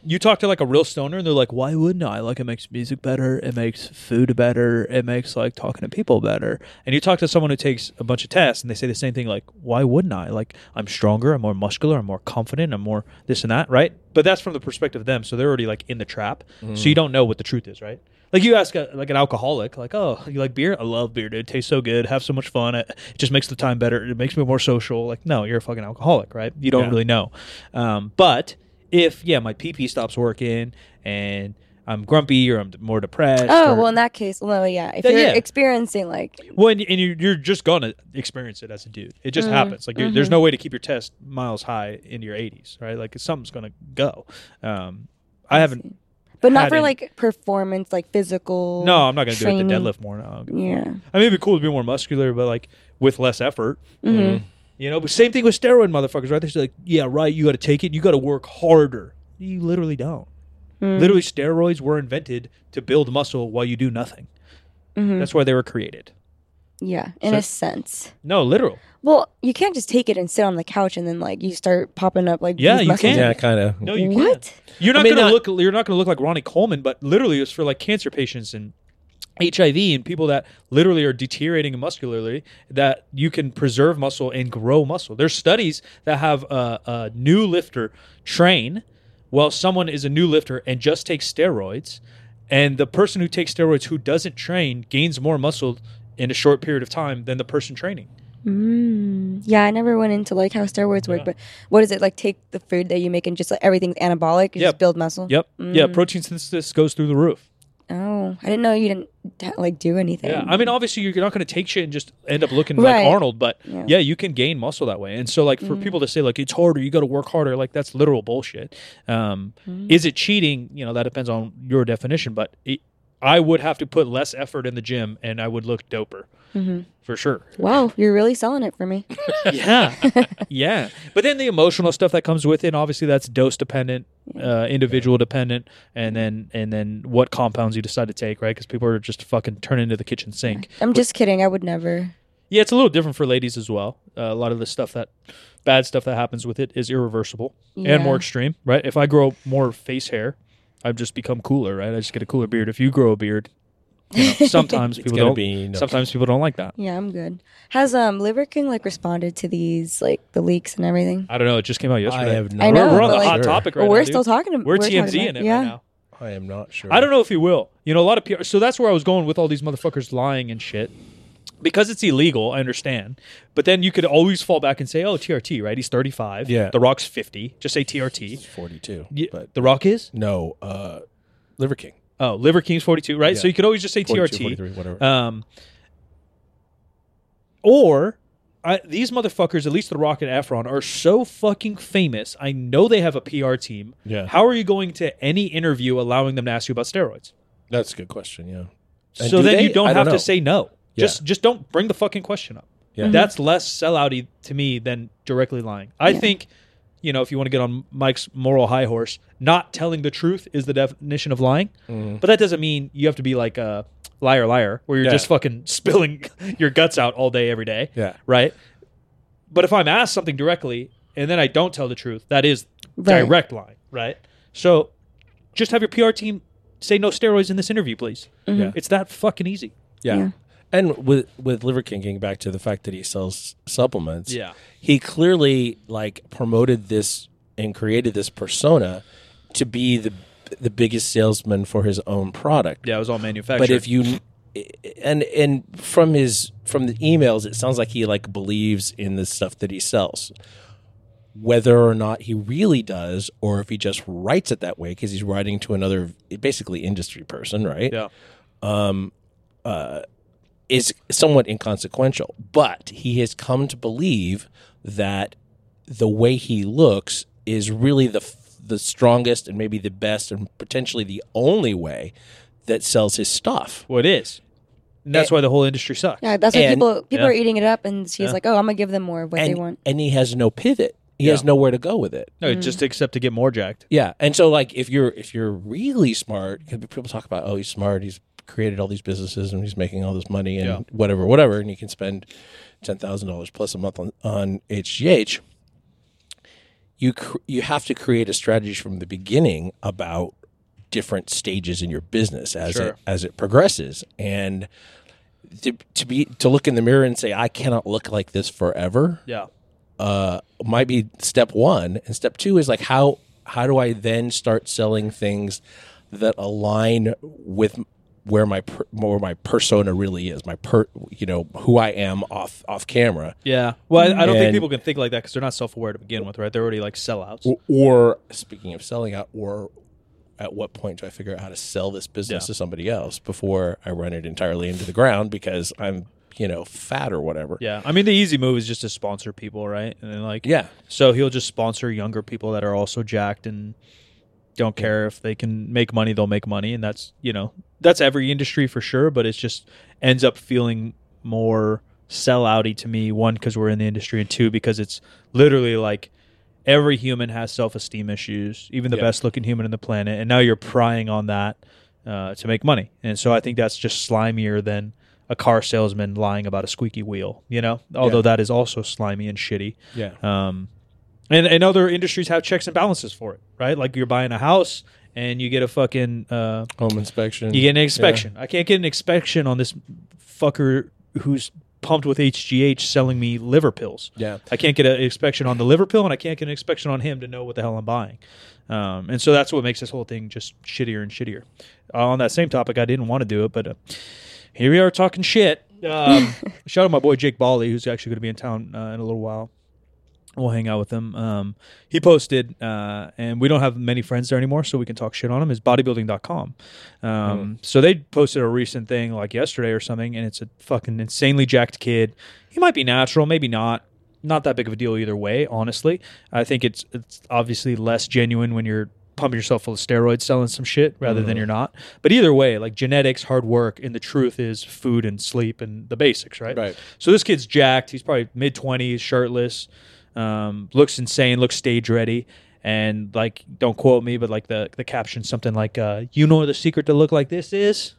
you talk to like a real stoner, and they're like, "Why wouldn't I? Like, it makes music better, it makes food better, it makes like talking to people better." And you talk to someone who takes a bunch of tests, and they say the same thing, like, "Why wouldn't I? Like, I'm stronger, I'm more muscular, I'm more confident, I'm more this and that, right?" But that's from the perspective of them, so they're already like in the trap, so you don't know what the truth is, right? Like you ask a, like an alcoholic, like, oh, you like beer? I love beer, dude. It tastes so good. Have so much fun. It it just makes the time better. It makes me more social. Like, no, you're a fucking alcoholic, right? You don't
Yeah.
really know. Um, but if yeah, my pee pee stops working and I'm grumpy or I'm d- more depressed.
oh
or-
well in that case well yeah if
Yeah,
you're
yeah.
experiencing like
well, and, and you're, you're just gonna experience it as a dude. It
Mm,
just happens. Like, you're there's
mm-hmm.
no way to keep your test miles high in your 80s, right? Like, something's gonna go. Um, I haven't.
but not
Had
for
any-
like performance like physical
No, I'm not gonna
training.
do it. The deadlift more. No, I'm
yeah
I mean, it'd be cool to be more muscular, but like with less effort.
Mm-hmm.
You know, but same thing with steroid motherfuckers, right? They're just like, yeah, right. You got to take it. You got to work harder. You literally don't. Literally, steroids were invented to build muscle while you do nothing. That's why they were created.
yeah in
So-
a sense
No, literal.
well you can't just take it and sit on the couch and then like you start popping up like
Yeah,
these
you
muscles.
can.
Yeah, kind of.
No, you can't.
what
You're
I
not
mean,
gonna
not-
look. You're not gonna look like Ronnie Coleman, but literally, it's for like cancer patients and HIV and people that literally are deteriorating muscularly. That you can preserve muscle and grow muscle. There's studies that have a, a new lifter train while someone is a new lifter and just takes steroids, and the person who takes steroids who doesn't train gains more muscle in a short period of time than the person training.
Mm, yeah, I never went into like how steroids work, but what is it like? Take the food that you make and just like everything's anabolic. You
Yeah.
just build muscle.
Yep. Yeah.
Mm.
Protein synthesis goes through the roof.
Oh, I didn't know you didn't ha- like do anything.
Yeah, I mean, obviously, you're not going to take shit and just end up looking like
Right.
Arnold, but yeah.
Yeah. Mm.
you can gain muscle that way. And so, like, for people to say like it's harder, you got to work harder, like that's literal bullshit. Um,
Mm.
Is it cheating? You know, that depends on your definition, but it, I would have to put less effort in the gym, and I would look doper
Mm-hmm.
for sure.
wow, you're really selling it for me.
yeah, yeah. But then the emotional stuff that comes with it, obviously, that's dose dependent. Uh, individual dependent, and then and then what compounds you decide to take, right? Because people are just fucking turn into the kitchen sink.
I'm just kidding. I would never.
Yeah, it's a little different for ladies as well. Uh, a lot of the stuff that bad stuff that happens with it is irreversible
Yeah.
and more extreme, right? If I grow more face hair, I've just become cooler, right? I just get a cooler beard. If you grow a beard, you know, sometimes people
gonna
don't.
be no-
Sometimes people don't like that.
Yeah, I'm good. Has um Liver King like responded to these like the leaks and everything?
I don't know. It just came out yesterday.
I
we're,
know,
we're on
but
the
like-
hot topic right
Well,
now.
we're
dude.
still talking. ab-
We're,
talking
TMZ
about-
in it
yeah.
right now.
I am not sure.
I don't know if he will. You know, a lot of PR. So that's where I was going with all these motherfuckers lying and shit. because it's illegal, I understand. But then you could always fall back and say, "Oh, TRT, right? He's 35.
Yeah.
The Rock's 50. Just say TRT."
42.
Y-
But
the Rock is
no, uh, Liver King.
oh Liver King's 42, right?
Yeah.
So you could always just say
42,
TRT.
43, whatever.
Um, or I, these motherfuckers, at least The Rock and Efron, are so fucking famous. I know they have a PR team.
yeah.
How are you going to any interview allowing them to ask you about steroids?
That's a good question. Yeah. And
so
do
then
they?
you don't
I
have
know.
to say no.
Yeah.
Just just don't bring the fucking question up.
Mm-hmm.
Yeah.
That's less sellouty to me than directly lying. I
Yeah.
think, you know, if you want to get on Mike's moral high horse, not telling the truth is the definition of lying.
Mm.
But that doesn't mean you have to be like a liar, liar, where you're
Yeah.
just fucking spilling your guts out all day, every day,
Yeah.
right? But if I'm asked something directly and then I don't tell the truth, that is
Right.
direct lying, right? So just have your PR team say no steroids in this interview, please.
Yeah.
It's that fucking easy.
Yeah.
Yeah.
And with with Liver King getting back to the fact that he sells supplements, he clearly like promoted this and created this persona to be the the biggest salesman for his own product.
Yeah, it was all manufactured.
but if you and and from his from the emails it sounds like he like believes in the stuff that he sells whether or not he really does or if he just writes it that way because he's writing to another basically industry person right
Yeah.
is somewhat inconsequential but he has come to believe that the way he looks is really the f- the strongest and maybe the best and potentially the only way that sells his stuff
Well, it is. And that's why the whole industry sucks.
Yeah, that's why
And-
people people
yeah.
are eating it up, and she's like, "Oh, I'm gonna give them more of what
and,
they want."
and he has no pivot. He has nowhere to go with it.
No, just except to get more jacked.
Yeah, and so like if you're if you're really smart, 'cause people talk about oh he's smart, he's created all these businesses and he's making all this money and
Yeah.
whatever, whatever, and you can spend ten thousand dollars plus a month on on HGH. You cr- you have to create a strategy from the beginning about different stages in your business as it
Sure.
as it progresses and. To, to be to look in the mirror and say I cannot look like this forever
Yeah.
uh, might be step one, and step two is like how how do I then start selling things that align with where my per, where my persona really is, my per you know who I am off off camera,
Yeah. Well, I, I don't
And-
think people can think like that because they're not self aware to begin with, right? They're already like sellouts.
or, or speaking of selling out, or at what point do I figure out how to sell this business
Yeah.
to somebody else before I run it entirely into the ground because I'm you know fat or whatever.
Yeah. I mean, the easy move is just to sponsor people, right? And then, like,
Yeah.
So he'll just sponsor younger people that are also jacked and don't care if they can make money, they'll make money. And that's, you know, that's every industry for sure, but it's just ends up feeling more sellouty to me. One, because we're in the industry, and two, because it's literally like every human has self esteem issues, even the
Yeah.
best looking human on the planet. And now you're prying on that uh, to make money. And so I think that's just slimier than a car salesman lying about a squeaky wheel, you know, although
Yeah.
that is also slimy and shitty.
Yeah.
Um, and, and other industries have checks and balances for it, right? Like you're buying a house and you get a fucking uh,
Home inspection.
you get an inspection. I can't get an inspection on this fucker who's pumped with HGH selling me liver pills.
Yeah.
I can't get an inspection on the liver pill, and I can't get an inspection on him to know what the hell I'm buying. Um, and so that's what makes this whole thing just shittier and shittier. Uh, on that same topic, I didn't want to do it, but uh, here we are talking shit. Um, shout out my boy Jake Bali, who's actually going to be in town uh, in a little while. We'll hang out with him. Um, he posted, uh, and we don't have many friends there anymore, so we can talk shit on him. Is bodybuilding.com. Um, So they posted a recent thing like yesterday or something, and it's a fucking insanely jacked kid. He might be natural, maybe not not that big of a deal either way. Honestly, I think it's it's obviously less genuine when you're pumping yourself full of steroids, selling some shit rather than you're not. But either way, like genetics, hard work, and the truth is food and sleep and the basics, right?
Right.
So this kid's jacked. He's probably mid twenties, shirtless, um, looks insane, looks stage ready. And like, don't quote me, but like the the caption something like, uh, "You know the secret to look like this is,"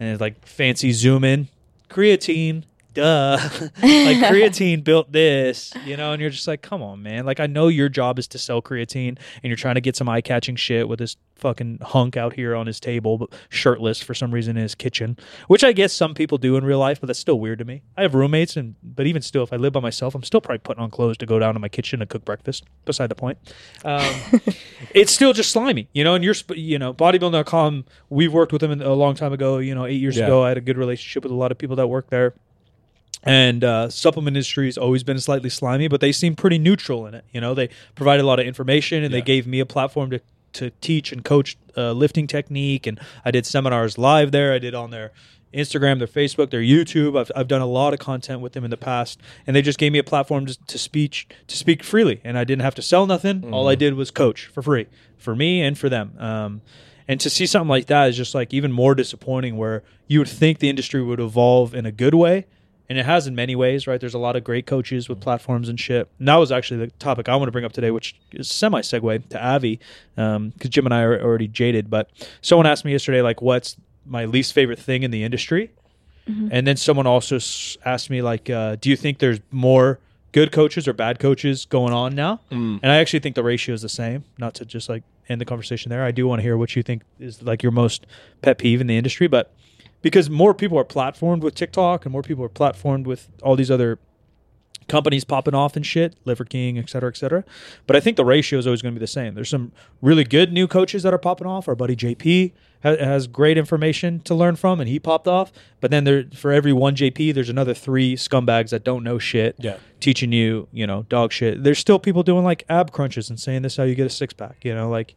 and it's like fancy zoom in, creatine, duh, like creatine built this, you know. And you're just like, come on, man. Like I know your job is to sell creatine, and you're trying to get some eye catching shit with this fucking hunk out here on his table, but shirtless for some reason in his kitchen, which I guess some people do in real life, but that's still weird to me. I have roommates, and but even still, if I live by myself, I'm still probably putting on clothes to go down to my kitchen to cook breakfast. Beside the point, um, it's still just slimy, you know. And you're, sp- you know, bodybuilding.com. We've worked with them in, a long time ago. You know, eight years
Yeah.
ago, I had a good relationship with a lot of people that work there. and uh, supplement industry has always been slightly slimy, but they seem pretty neutral in it. You know, they provided a lot of information, and
Yeah.
they gave me a platform to to teach and coach uh, lifting technique. And I did seminars live there. I did on their Instagram, their Facebook, their YouTube. I've, I've done a lot of content with them in the past, and they just gave me a platform to, to speech to speak freely, and I didn't have to sell nothing. All I did was coach for free for me and for them. Um, and to see something like that is just like even more disappointing. Where you would think the industry would evolve in a good way, and it has in many ways, right? There's a lot of great coaches with platforms and shit. And that was actually the topic I want to bring up today, which is semi segue to Avi, because Jim and I are already jaded. But someone asked me yesterday, like, what's my least favorite thing in the industry? And then someone also s- asked me, like, uh, do you think there's more good coaches or bad coaches going on now? And I actually think the ratio is the same. Not to just like end the conversation there. I do want to hear what you think is like your most pet peeve in the industry, but because more people are platformed with TikTok and more people are platformed with all these other companies popping off and shit, Liver King, et cetera, et cetera. But I think the ratio is always going to be the same. There's some really good new coaches that are popping off. Our buddy JP ha- has great information to learn from, and he popped off. But then there, for every one JP, there's another three scumbags that don't know shit
Yeah.
teaching you, you know, dog shit. There's still people doing like ab crunches and saying this is how you get a six pack, you know, like,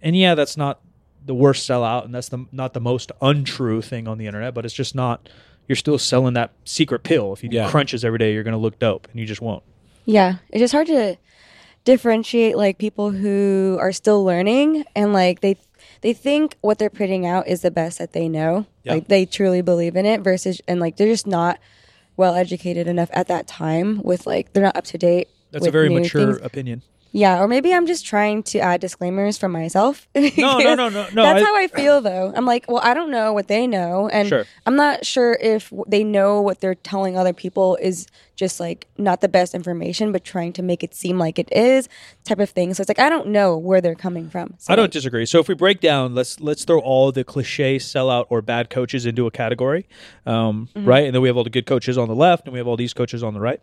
and yeah, that's not the worst sellout, and that's the not the most untrue thing on the internet, but it's just not. You're still selling that secret pill. If you
Yeah.
do crunches every day, you're going to look dope, and you just won't.
Yeah, it's just hard to differentiate like people who are still learning and like they they think what they're putting out is the best that they know.
Yeah.
Like they truly believe in it versus and like they're just not well educated enough at that time with like they're not up to date.
That's a
with
very
new
mature
things.
opinion.
Yeah, or maybe I'm just trying to add disclaimers for myself.
no, no, no, no, no,
That's
I-
how I feel though. I'm like, well, I don't know what they know, and
Sure.
I'm not sure if w- they know what they're telling other people is just like not the best information, but trying to make it seem like it is type of thing. So it's like I don't know where they're coming from. So
I don't
like,
disagree. So if we break down, let's let's throw all the cliche sellout or bad coaches into a category, um, right? And then we have all the good coaches on the left, and we have all these coaches on the right.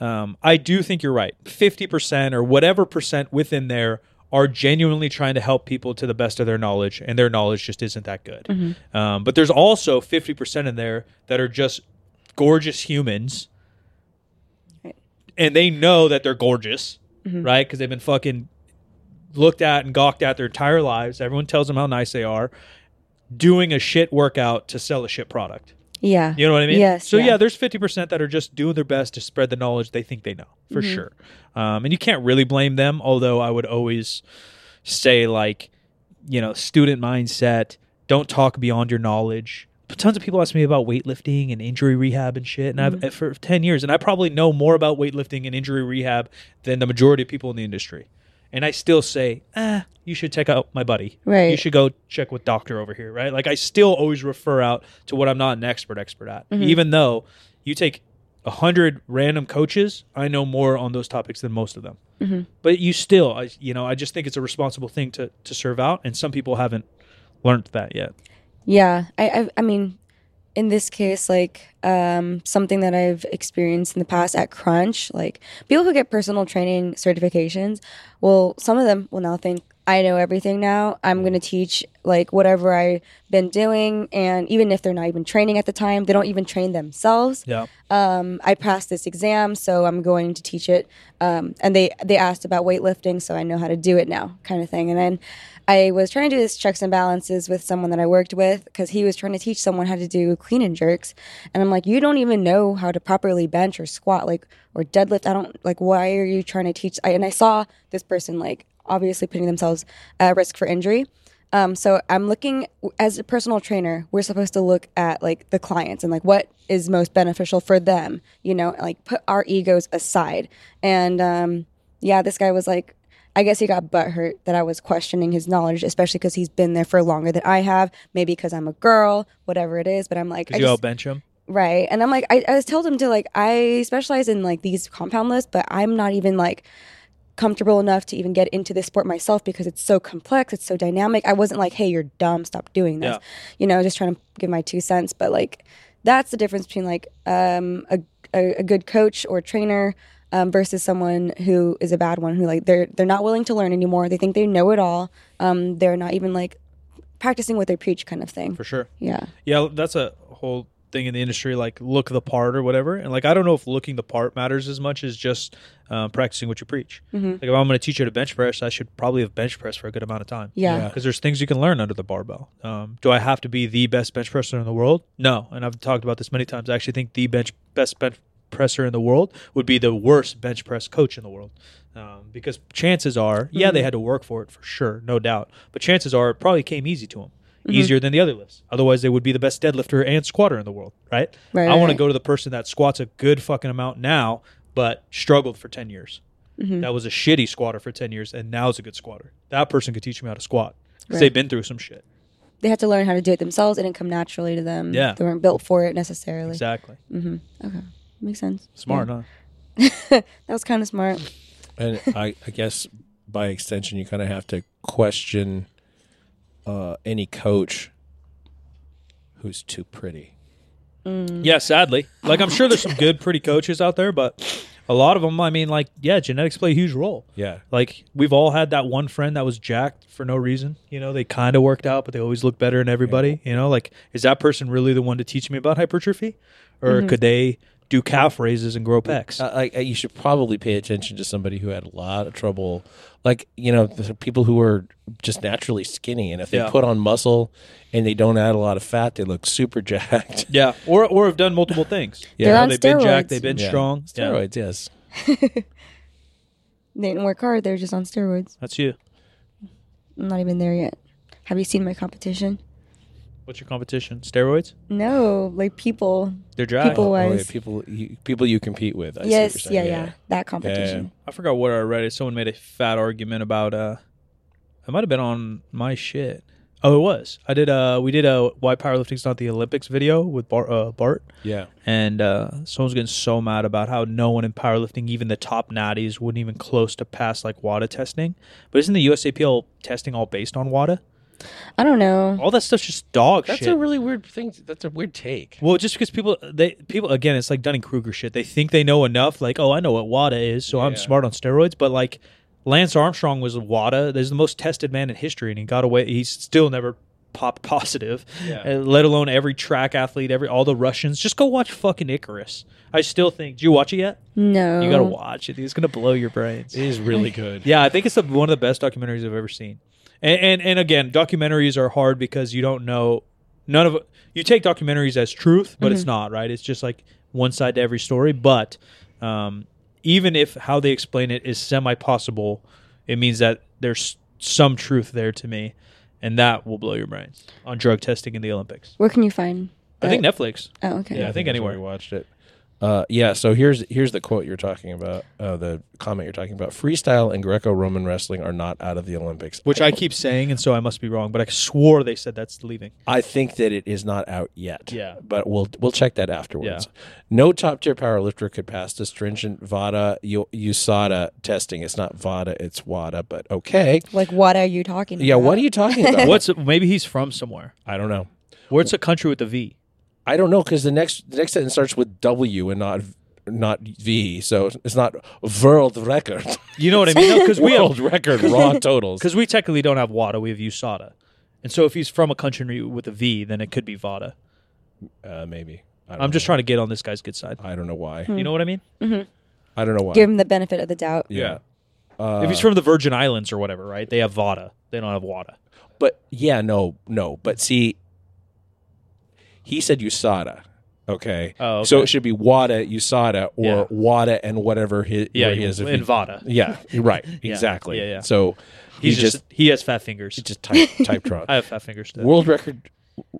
Um, I do think you're right. Fifty percent or whatever percent within there are genuinely trying to help people to the best of their knowledge, and their knowledge just isn't that good. Um, but there's also fifty percent in there that are just gorgeous humans and they know that they're gorgeous, right? Because they've been fucking looked at and gawked at their entire lives. Everyone tells them how nice they are, doing a shit workout to sell a shit product.
yeah,
You know what I mean?
Yes,
So yeah,
yeah.
there's 50% that are just doing their best to spread the knowledge they think they know, for
Mm-hmm.
sure. Um, and you can't really blame them, although I would always say like, you know, student mindset, don't talk beyond your knowledge. But tons of people ask me about weightlifting and injury rehab and shit, and I've for 10 years and I probably know more about weightlifting and injury rehab than the majority of people in the industry. And I still say, "Ah, you should check out my buddy. You
Right.
should go check with doctor over here, right? Like I still always refer out to what I'm not an expert expert at, even though you take a hundred random coaches, I know more on those topics than most of them. But you still, I you know, I just think it's a responsible thing to to serve out, and some people haven't learned that yet.
Yeah, I, I, I mean, in this case, like um, something that I've experienced in the past at Crunch, like people who get personal training certifications, well, some of them will now think I know everything now. I'm going to teach like whatever I've been doing, and even if they're not even training at the time, they don't even train themselves
Yeah,
um, I passed this exam, so I'm going to teach it. Um, and they they asked about weightlifting, so I know how to do it now, kind of thing. And then I was trying to do this checks and balances with someone that I worked with because he was trying to teach someone how to do clean and jerks, and I'm like, you don't even know how to properly bench or squat, like or deadlift. I don't like. Why are you trying to teach? I, and I saw this person like obviously putting themselves at risk for injury. Um, so I'm looking as a personal trainer, we're supposed to look at like the clients and like what is most beneficial for them, you know, and, like put our egos aside. And um, yeah, this guy was like, I guess he got butthurt that I was questioning his knowledge, especially because he's been there for longer than I have. Maybe because I'm a girl, whatever it is. But I'm like, I
you all
just,
bench him.
right. And I'm like, I, I was told him to like, I specialize in like these compound lists, but I'm not even like comfortable enough to even get into this sport myself because it's so complex, it's so dynamic. I wasn't like, hey, you're dumb, stop doing this.
Yeah.
You know, just trying to give my two cents. But like, that's the difference between like um, a, a, a good coach or trainer um, versus someone who is a bad one who like they're they're not willing to learn anymore. They think they know it all. Um, they're not even like practicing what they preach, kind of thing.
for sure.
Yeah.
Yeah, that's a whole thing in the industry like look the part or whatever and like i don't know if looking the part matters as much as just uh, practicing what you preach like if i'm going to teach you to bench press i should probably have bench press for a good amount of time
Yeah.
because there's things you can learn under the barbell um, do i have to be the best bench presser in the world no and i've talked about this many times i actually think the bench best bench presser in the world would be the worst bench press coach in the world um, because chances are yeah
Mm-hmm.
they had to work for it for sure no doubt but chances are it probably came easy to them
Mm-hmm.
easier than the other lifts otherwise they would be the best deadlifter and squatter in the world right,
Right,
i want to
right.
go to the person that squats a good fucking amount now but struggled for 10 years
Mm.
that was a shitty squatter for 10 years and now is a good squatter that person could teach me how to squat 'cause
Right.
they've been through some shit
They had to learn how to do it themselves. It didn't come naturally to them.
Yeah.
They weren't built for it necessarily.
exactly
Mm-hmm. Okay. Makes sense.
smart
Yeah.
huh
That was kind of smart.
And I, I guess by extension, you kind of have to question uh, any coach who's too pretty.
Mm.
Yeah, sadly. Like I'm sure there's some good, pretty coaches out there, but a lot of them, I mean, like yeah, genetics play a huge role.
Yeah.
Like we've all had that one friend that was jacked for no reason. You know, they kind of worked out, but they always look better than everybody. You know, like is that person really the one to teach me about hypertrophy,
Mm-hmm.
or could they do calf raises and grow pecs?
I, I, you should probably pay attention to somebody who had a lot of trouble, like you know, the people who are just naturally skinny, and if they
Yeah.
put on muscle and they don't add a lot of fat, they look super jacked.
yeah, or or have done multiple things.
They're
You know,
on
they've been
steroids.
jacked. They've been
Yeah.
strong. Yeah,
Steroids, yes.
They didn't work hard. They were just on steroids.
that's you.
I'm not even there yet. Have you seen my competition?
What's your competition? Steroids?
No, like people.
They're jacked.
People-
Oh, yeah,
Otherwise-
people, you, people you compete with. I see what you're
yes,
saying,
yeah, yeah, That competition.
I forgot what I read. Someone made a fat argument about uh it might have been on my shit. Oh, it was. I did uh we did a why powerlifting's not the Olympics video with Bart uh, Bart
yeah.
and uh someone's getting so mad about how no one in powerlifting, even the top natties, wouldn't even close to pass like WADA testing. But isn't the USAPL testing all based on WADA?
I don't know.
All that stuff's just dog
That's
shit.
a really weird thing. That's a weird take.
Well, just because people they people again, it's like Dunning Kruger shit. They think they know enough. Like, oh, I know what WADA is, so I'm
Yeah.
smart on steroids. But like, Lance Armstrong was a WADA. There's the most tested man in history, and he got away. He's still never popped positive.
Yeah.
uh, let alone every track athlete, every all the Russians. Just go watch fucking Icarus. I still think. Did you watch it yet?
No.
You gotta watch it. It's gonna blow your brains.
It is really good.
Yeah, I think it's the, one of the best documentaries I've ever seen. And, and and again, documentaries are hard because you don't know none of you take documentaries as truth, but it's not right. It's just like one side to every story. But um, even if how they explain it is semi possible, it means that there's some truth there to me, and that will blow your brains on drug testing in the Olympics.
Where can you find?
I think Netflix.
Oh, okay.
Yeah, I think
that's where
anywhere.
we watched it. Uh, yeah, so here's here's the quote you're talking about, uh, the comment you're talking about. Freestyle and Greco-Roman wrestling are not out of the Olympics.
Which I keep saying, and so I must be wrong, but I swore they said that's leaving.
I think that it is not out yet.
Yeah.
but we'll we'll check that afterwards. No top tier powerlifter could pass the stringent VADA U- USADA testing. It's not VADA, it's WADA. But okay,
Like, what are you talking
yeah.
about?
What are you talking about?
What's maybe he's from somewhere?
I don't know.
Where's a country with a V?
I don't know because the next the next sentence starts with W and not not V, so it's not world record.
You know what I mean? Because we have
world record raw totals.
Because we technically don't have WADA, we have USADA. And so if he's from a country with a V, then it could be VADA.
Uh, maybe I don't
I'm just Hmm. trying to get on this guy's good side.
I don't know why.
You know what I mean?
I don't know why.
Give him the benefit of the doubt.
yeah.
if
Uh,
he's from the Virgin Islands or whatever, right? They have VADA. They don't have WADA.
But yeah, no, no. But see, he said USADA. Okay.
Oh, okay.
So it should be WADA, USADA, or
Yeah.
WADA and whatever his,
Yeah,
where he
you-
is. if
in
he-
VADA.
Yeah, you're right. Exactly.
yeah, yeah.
So
He's
he
just,
just,
he has fat fingers.
just type, typed wrong.
I have fat fingers too.
World record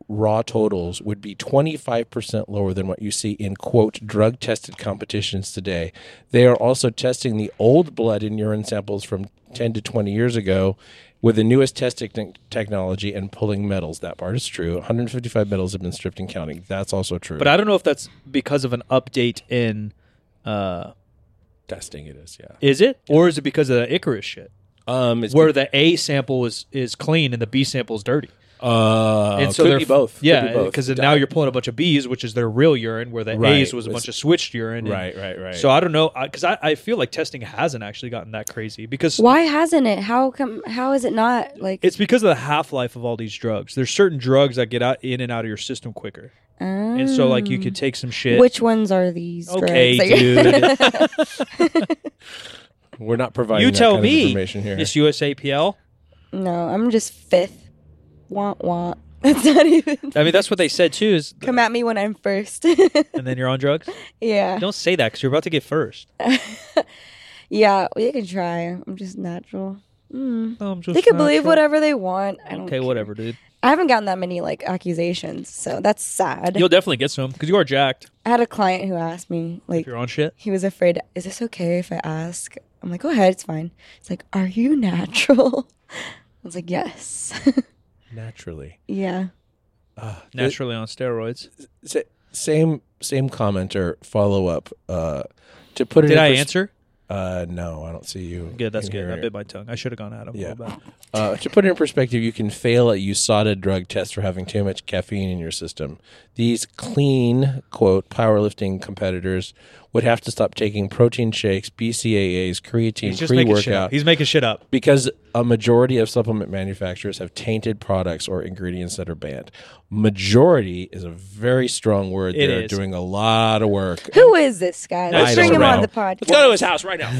raw totals would be 25% lower than what you see in quote drug tested competitions today. They are also testing the old blood and urine samples from 10 to 20 years ago with the newest testing techn- technology and pulling metals. That part is true. 155 metals have been stripped and counting. That's also true.
But I don't know if that's because of an update in uh
testing it is, yeah.
is it? Or is it because of the Icarus shit?
Um it's
Where the A sample is is clean and the B sample is dirty.
uh
and so
could
they're
be both. Could be
Yeah, uh,
both.
because now you're pulling a bunch of B's, which is their real urine, where the
Right.
A's was a bunch of switched urine. and-
Right, right, right.
So I don't know, because I, I, feel like testing hasn't actually gotten that crazy because
Why hasn't it? How come? How is it not like?
it's because of the half life of all these drugs. There's certain drugs that get out in and out of your system quicker. and so like you could take some shit.
oh. Mm. Which ones are these?
Okay,
drugs that you're-
We're not providing
you
that
tell
kind of
me
information here.
it's USAPL.
no, I'm just fifth. Want want. That's not even.
I mean, that's what they said too. Is
Come at me when I'm first.
and then you're on drugs.
yeah.
Don't say that because you're about to get first.
Yeah, well, you can try. I'm just natural. Mm.
I'm just
They can
natural.
believe whatever they want. I don't
Okay,
care.
whatever, dude.
I haven't gotten that many like accusations, so that's sad.
You'll definitely get some because you are jacked.
I had a client who asked me
If
like
you're on shit.
he was afraid. Is this okay if I ask? I'm like, go ahead, it's fine. It's like, are you natural? I was like, yes,
Naturally.
yeah.
Ah,
Naturally on steroids.
Sa- same same commenter follow up uh to put it
Did
in
I
pers-
answer?
uh no i don't see you
Good, that's
in
good.
here.
I bit my tongue. I should have gone at him.
Yeah.
Yeah. Back.
uh, to put it in perspective you can fail a usada drug test for having too much caffeine in your system these clean quote powerlifting competitors would have to stop taking protein shakes bcaas
He's
creatine
just making shit
pre-workout
up. He's making shit up.
because a majority of supplement manufacturers have tainted products or ingredients that are banned. Majority is a very strong word.
It
They're
is.
doing a lot of work.
Who is this guy?
I
Let's
don't
bring him on
know.
the podcast.
Let's go to his house right now.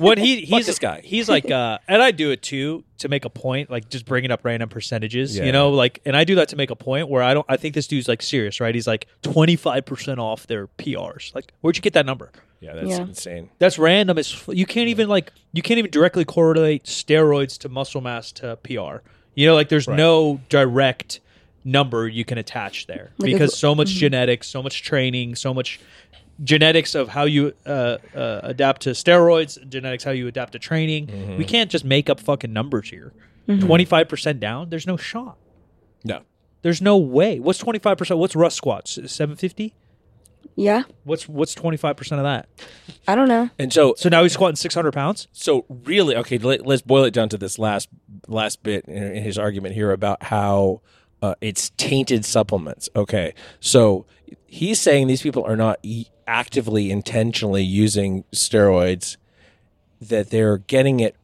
When he he's
this guy.
He's like, uh, and I do it too to make a point, like just bringing up random percentages,
Yeah.
you know, like, and I do that to make a point where I don't. I think this dude's like serious, right? He's like twenty five percent off their PRs. Like, where'd you get that number?
yeah, that's
Yeah.
insane.
That's random. As f- you can't even like you can't even directly correlate steroids to muscle mass to PR. You know, like there's no direct number you can attach there
Like,
because
if- mm-hmm.
so much genetics, so much training, so much genetics of how you uh, uh, adapt to steroids, genetics how you adapt to training. We can't just make up fucking numbers here.
Mm-hmm.
25 percent down. There's no shot.
No.
There's no way. What's twenty five percent? What's rust squats? Seven fifty.
Yeah,
What's what's twenty five percent of that?
I don't know.
And so,
So now he's squatting six hundred pounds.
so really, okay. Let, let's boil it down to this last last bit in, in his argument here about how uh, it's tainted supplements. Okay, so he's saying these people are not e- actively, intentionally using steroids; that they're getting it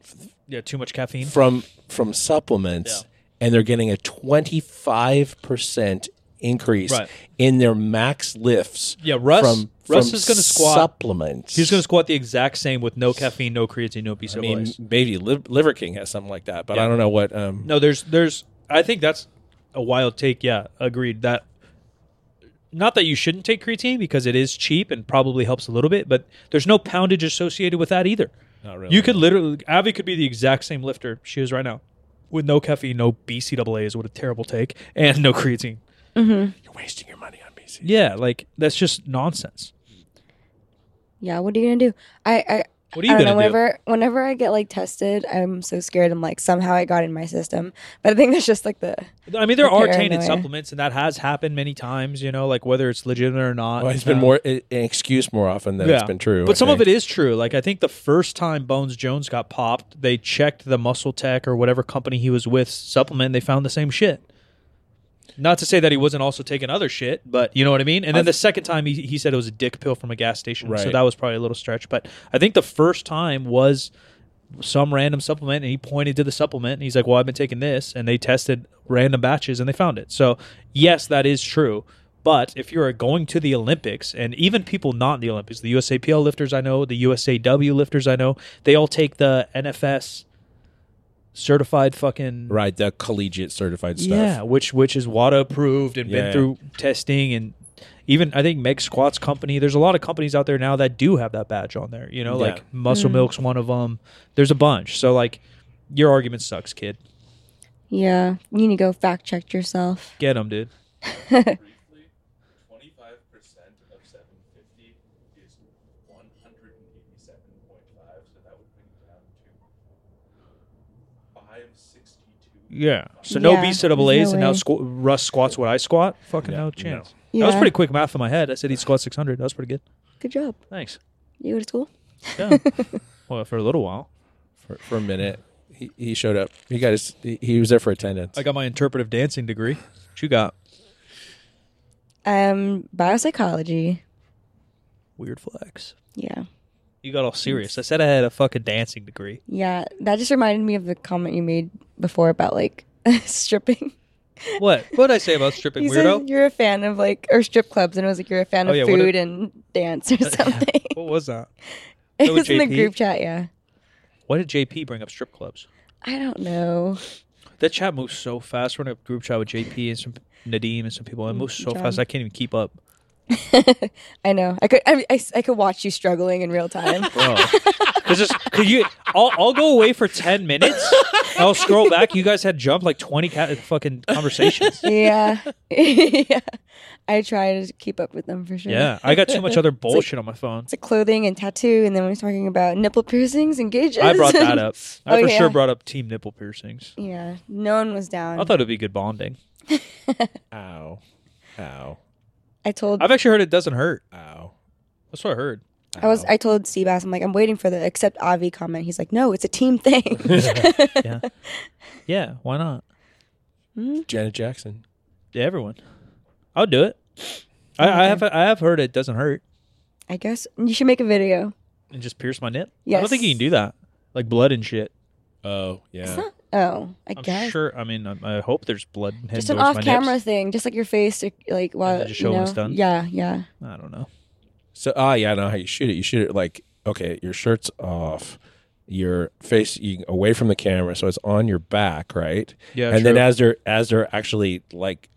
Yeah, too much caffeine.
from from supplements and they're getting a 25% increase
Right.
in their max lifts
Yeah, Russ-
from,
Russ
from
is gonna squat-
supplements
He's going to squat the exact same with no caffeine, no creatine, no
i
BCAAs.
mean maybe Liv- liver king has something like that but i don't know what um
no, there's there's. I think that's a wild take. Yeah, agreed. That not that you shouldn't take creatine because it is cheap and probably helps a little bit, but there's no poundage associated with that either.
not
You could literally Abby could be the exact same lifter she is right now with no caffeine, no BCAAs. What a terrible take, and no creatine.
you're wasting your money on bc
Yeah, like that's just nonsense.
Yeah, what are you gonna do? I I,
What are you
I don't
gonna do?
know. Whenever whenever I get like tested, I'm so scared. I'm like somehow it got in my system, but I think that's just like the
I mean, there
Okay,
are
I know,
tainted
yeah.
supplements, and that has happened many times. You know, like whether it's legitimate or not.
well, Oh, it's been
Um,
more i- an excuse more often than it's been true
But some of it is true. Like I think the first time Bones Jones got popped, they checked the Muscle Tech or whatever company he was with supplement. And they found the same shit. Not to say that he wasn't also taking other shit, but you know what I mean. And then the second time, he, he said it was a dick pill from a gas station, so
Right.
that was probably a little stretch. But I think the first time was some random supplement, and he pointed to the supplement, and he's like, "Well, I've been taking this," and they tested random batches, and they found it. So yes, that is true. But if you're going to the Olympics, and even people not in the Olympics, the USAPL lifters I know, the USAW lifters I know, they all take the NFS certified fucking
right the collegiate certified stuff
yeah, which which is WADA approved and
Yeah.
been through testing and even I think Meg Squats company. There's a lot of companies out there now that do have that badge on there. You know,
Yeah.
like Muscle Milk's one of them. There's a bunch. So like, your argument sucks, kid.
yeah. You need to go fact check yourself.
Get them, dude.
briefly, 25% of 750 is 187.5, so that would bring it down to 562.
Yeah. So no
Yeah,
BCAAs
there's no
and now
way.
squ- Russ squats what I squat. Fucking no chance. That was
Yeah.
pretty quick math in my head. I said he squats 600. That was pretty good.
Good job.
Thanks.
You go to school?
Yeah. well, for a little while.
for, for a minute he, he showed up he got his he, he was there for attendance
I got my interpretive dancing degree. What you got?
Um, biopsychology.
Weird flex.
Yeah.
You got all serious. I said I had a fucking dancing degree.
Yeah. That just reminded me of the comment you made before about like stripping.
What? What did I say about stripping
You
weirdo?
said you're a fan of like or strip clubs, and it was like you're a fan
Oh,
of
yeah, what
food
did-
and dance or something.
what was that?
it
That
was
was
in the
JP?
group chat. Yeah,
Why did JP bring up strip clubs?
I don't know.
That chat moves so fast. We're in a group chat with JP and some Nadim and some people. It moves so
Mm, John.
fast I can't even keep up.
I know. I could. I, I, I could watch you struggling in real time.
Oh. Because could you? I'll, I'll go away for ten minutes. I'll scroll back. You guys had jumped like twenty ca- fucking conversations.
yeah, yeah. I try to keep up with them for sure.
Yeah, I got too much other bullshit on my phone.
It's like clothing and tattoo, and then we're talking about nipple piercings and gauges.
I brought that up. I
Oh,
for
yeah.
sure brought up team nipple piercings.
yeah, no one was down.
I thought it'd be good bonding.
Ow. Ow.
I told
I've actually heard it doesn't hurt.
Ow.
That's what I heard.
I was I told Steve Bass, I'm like, I'm waiting for the accept Avi comment. He's like, No, it's a team thing.
Yeah, yeah. Why not?
Hmm?
Janet Jackson.
Yeah, everyone. I'll do it. I, I have I have heard it doesn't hurt
I guess you should make a video.
and just pierce my nip. I
Yes.
don't think you can do that. Like blood and shit.
Oh, yeah.
Oh, I
I'm
guess.
sure. I mean, I, I hope there's blood. and
Just
heading
an
towards
off
my
camera
nips.
thing, just like your face, like- like while
just
you
show when
know.
it's done?
Yeah, yeah.
I don't know.
So, ah, yeah, I know how you shoot it. You shoot it like, okay, your shirt's off, your face you, away from the camera, so it's on your back, right?
Yeah,
And then
true.
as they're as they're actually like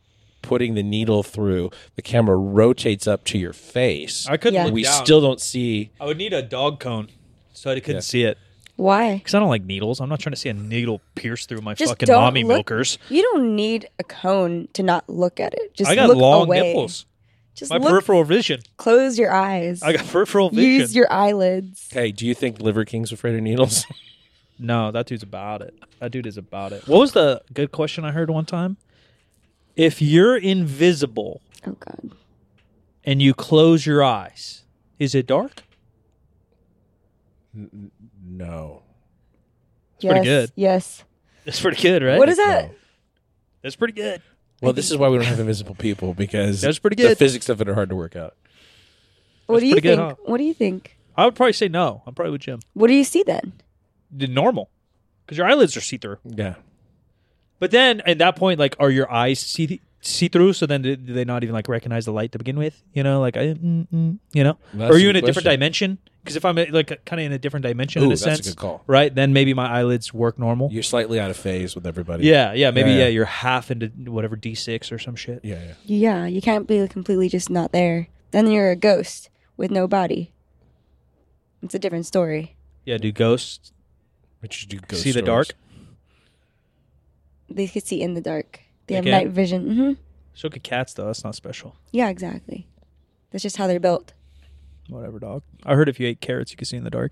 putting the needle through, the camera rotates up to your face.
I couldn't.
Yeah.
Look
we
down.
still don't see.
I would need a dog cone so I couldn't see it
Why?
because I don't like needles. I'm not trying to see a needle pierce through my
Just
fucking
don't
mommy
look-
milkers.
You don't need a cone to not look at it. Just
I got
look
long
away.
nipples.
Just
My
look.
peripheral vision.
close your eyes.
I got peripheral vision.
Use your eyelids.
Hey, do you think Liver King's afraid of needles?
No, that dude's about it. That dude is about it. What was the good question I heard one time? If you're invisible
Oh God.
and you close your eyes, is it dark?
no.
yes.
pretty good.
Yes.
That's pretty good, right?
What is that?
That's pretty good.
Well, this is why we don't have invisible people because
That's pretty
The
good.
physics of it are hard to work out.
What do you
pretty good,
think?
huh?
What do you think?
I would probably say no. I'm probably with Jim.
What do you see then?
The normal, because your eyelids are see through.
Yeah.
But then at that point, like, are your eyes see see through? So then, do do they not even like recognize the light to begin with? You know, like, I, mm, mm, you know,
That's
are you
a
in a
good
different
question.
dimension? Because if I'm like kind of in a different dimension,
Ooh,
in a
that's a
sense,
good call.
right? Then maybe my eyelids work normal.
You're slightly out of phase with everybody.
Yeah, yeah, maybe
Yeah,
yeah,
yeah.
you're half into whatever D6 or some shit.
Yeah. yeah.
Yeah, you can't be completely just not there. Then you're a ghost with no body. It's a different story.
Yeah, do ghosts
Which you do ghost
see the dark?
stories.
They could see in the dark. They,
They
have
can?
night vision. hmm
So could cats though. That's not special.
Yeah, exactly. That's just how they're built.
Whatever, dog. I heard if you ate carrots, you could see in the dark,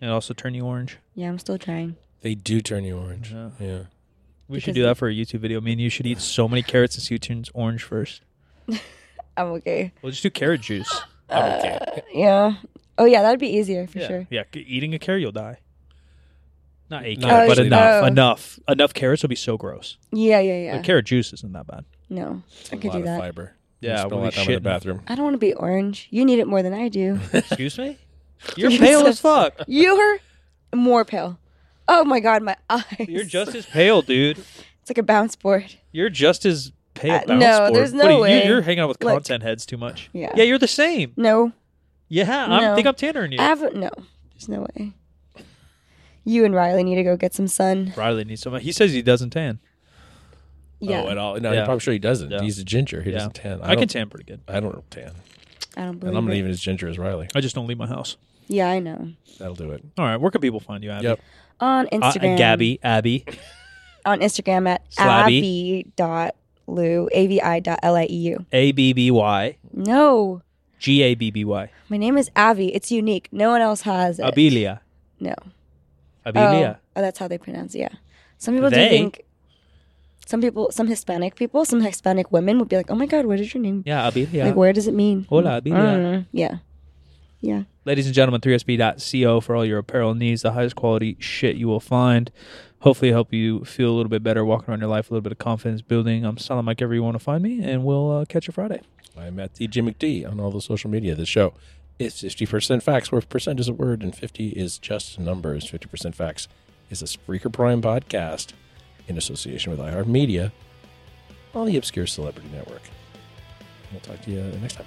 and it also turn you orange.
Yeah, I'm still trying.
They do turn you orange.
Yeah.
Yeah.
We should
Because
do that for a YouTube video. I mean, you should eat so many carrots until you turn orange first.
I'm okay.
We'll just do carrot juice.
Uh, yeah. Oh yeah, that'd be easier for
yeah.
sure.
Yeah, c- eating a carrot, you'll die. Not a
No,
carrot, but
actually
enough,
no.
enough, enough carrots will be so gross.
Yeah, yeah, yeah.
But carrot juice isn't that bad.
No, I
a
could
lot
do
of
that.
fiber.
Yeah,
you spend a
we'll
lot
be
of time in the
shitting.
bathroom.
I don't want to be orange. You need it more than I do.
Excuse me. You're pale as fuck.
You're more pale. Oh my god, my eyes.
You're just as pale, dude.
It's like a bounce board.
You're just as pale.
Uh,
bounce
no,
board.
there's no
What are you,
way.
You, are hanging out with
Look.
content heads too much.
Yeah.
Yeah, you're the same.
No,
Yeah, I
No.
am think I'm tanner than you.
I haven't. No, there's no way. You and Riley need to go get some sun.
Riley needs some. He says he doesn't tan.
Yeah,
Oh, at all. No,
Yeah.
I'm sure he doesn't.
Yeah.
He's a ginger. He
Yeah.
doesn't tan.
I, can
don't-
tan pretty good.
I don't tan.
I don't believe
And I'm not
it.
even as ginger as Riley.
I just don't leave my house.
Yeah, I know.
That'll do it.
All right, where can people find you, Abby?
Yep.
On
Uh,
Instagram,
Gabby, Abby.
On Instagram at
Slabby.
abby dot lu a v i dot l i e u.
A B B Y.
No,
G A B B Y.
my name is Avi. It's unique. No one else has it.
Abilia.
No.
Abilia.
Oh, oh, that's how they pronounce it. Yeah. Some people do
They?
think. Some people, some Hispanic people, some Hispanic women would be like, "Oh my God, what is your name?
Yeah, Abilia.
Like, where does it mean?"
Hola,
I
Abilia.
don't know. Yeah. Yeah.
Ladies and gentlemen, 3sb.co for all your apparel needs, the highest quality shit you will find. Hopefully, help you feel a little bit better, walking around your life, a little bit of confidence building. I'm Salam Mike, wherever you want to find me, and we'll uh, catch you Friday.
I'm at DJ McD on all the social media. The show is 50% facts, where percent is a word and 50 is just numbers. 50% facts is a Spreaker Prime podcast in association with iHeartMedia. on the Obscure Celebrity Network. We'll talk to you next time.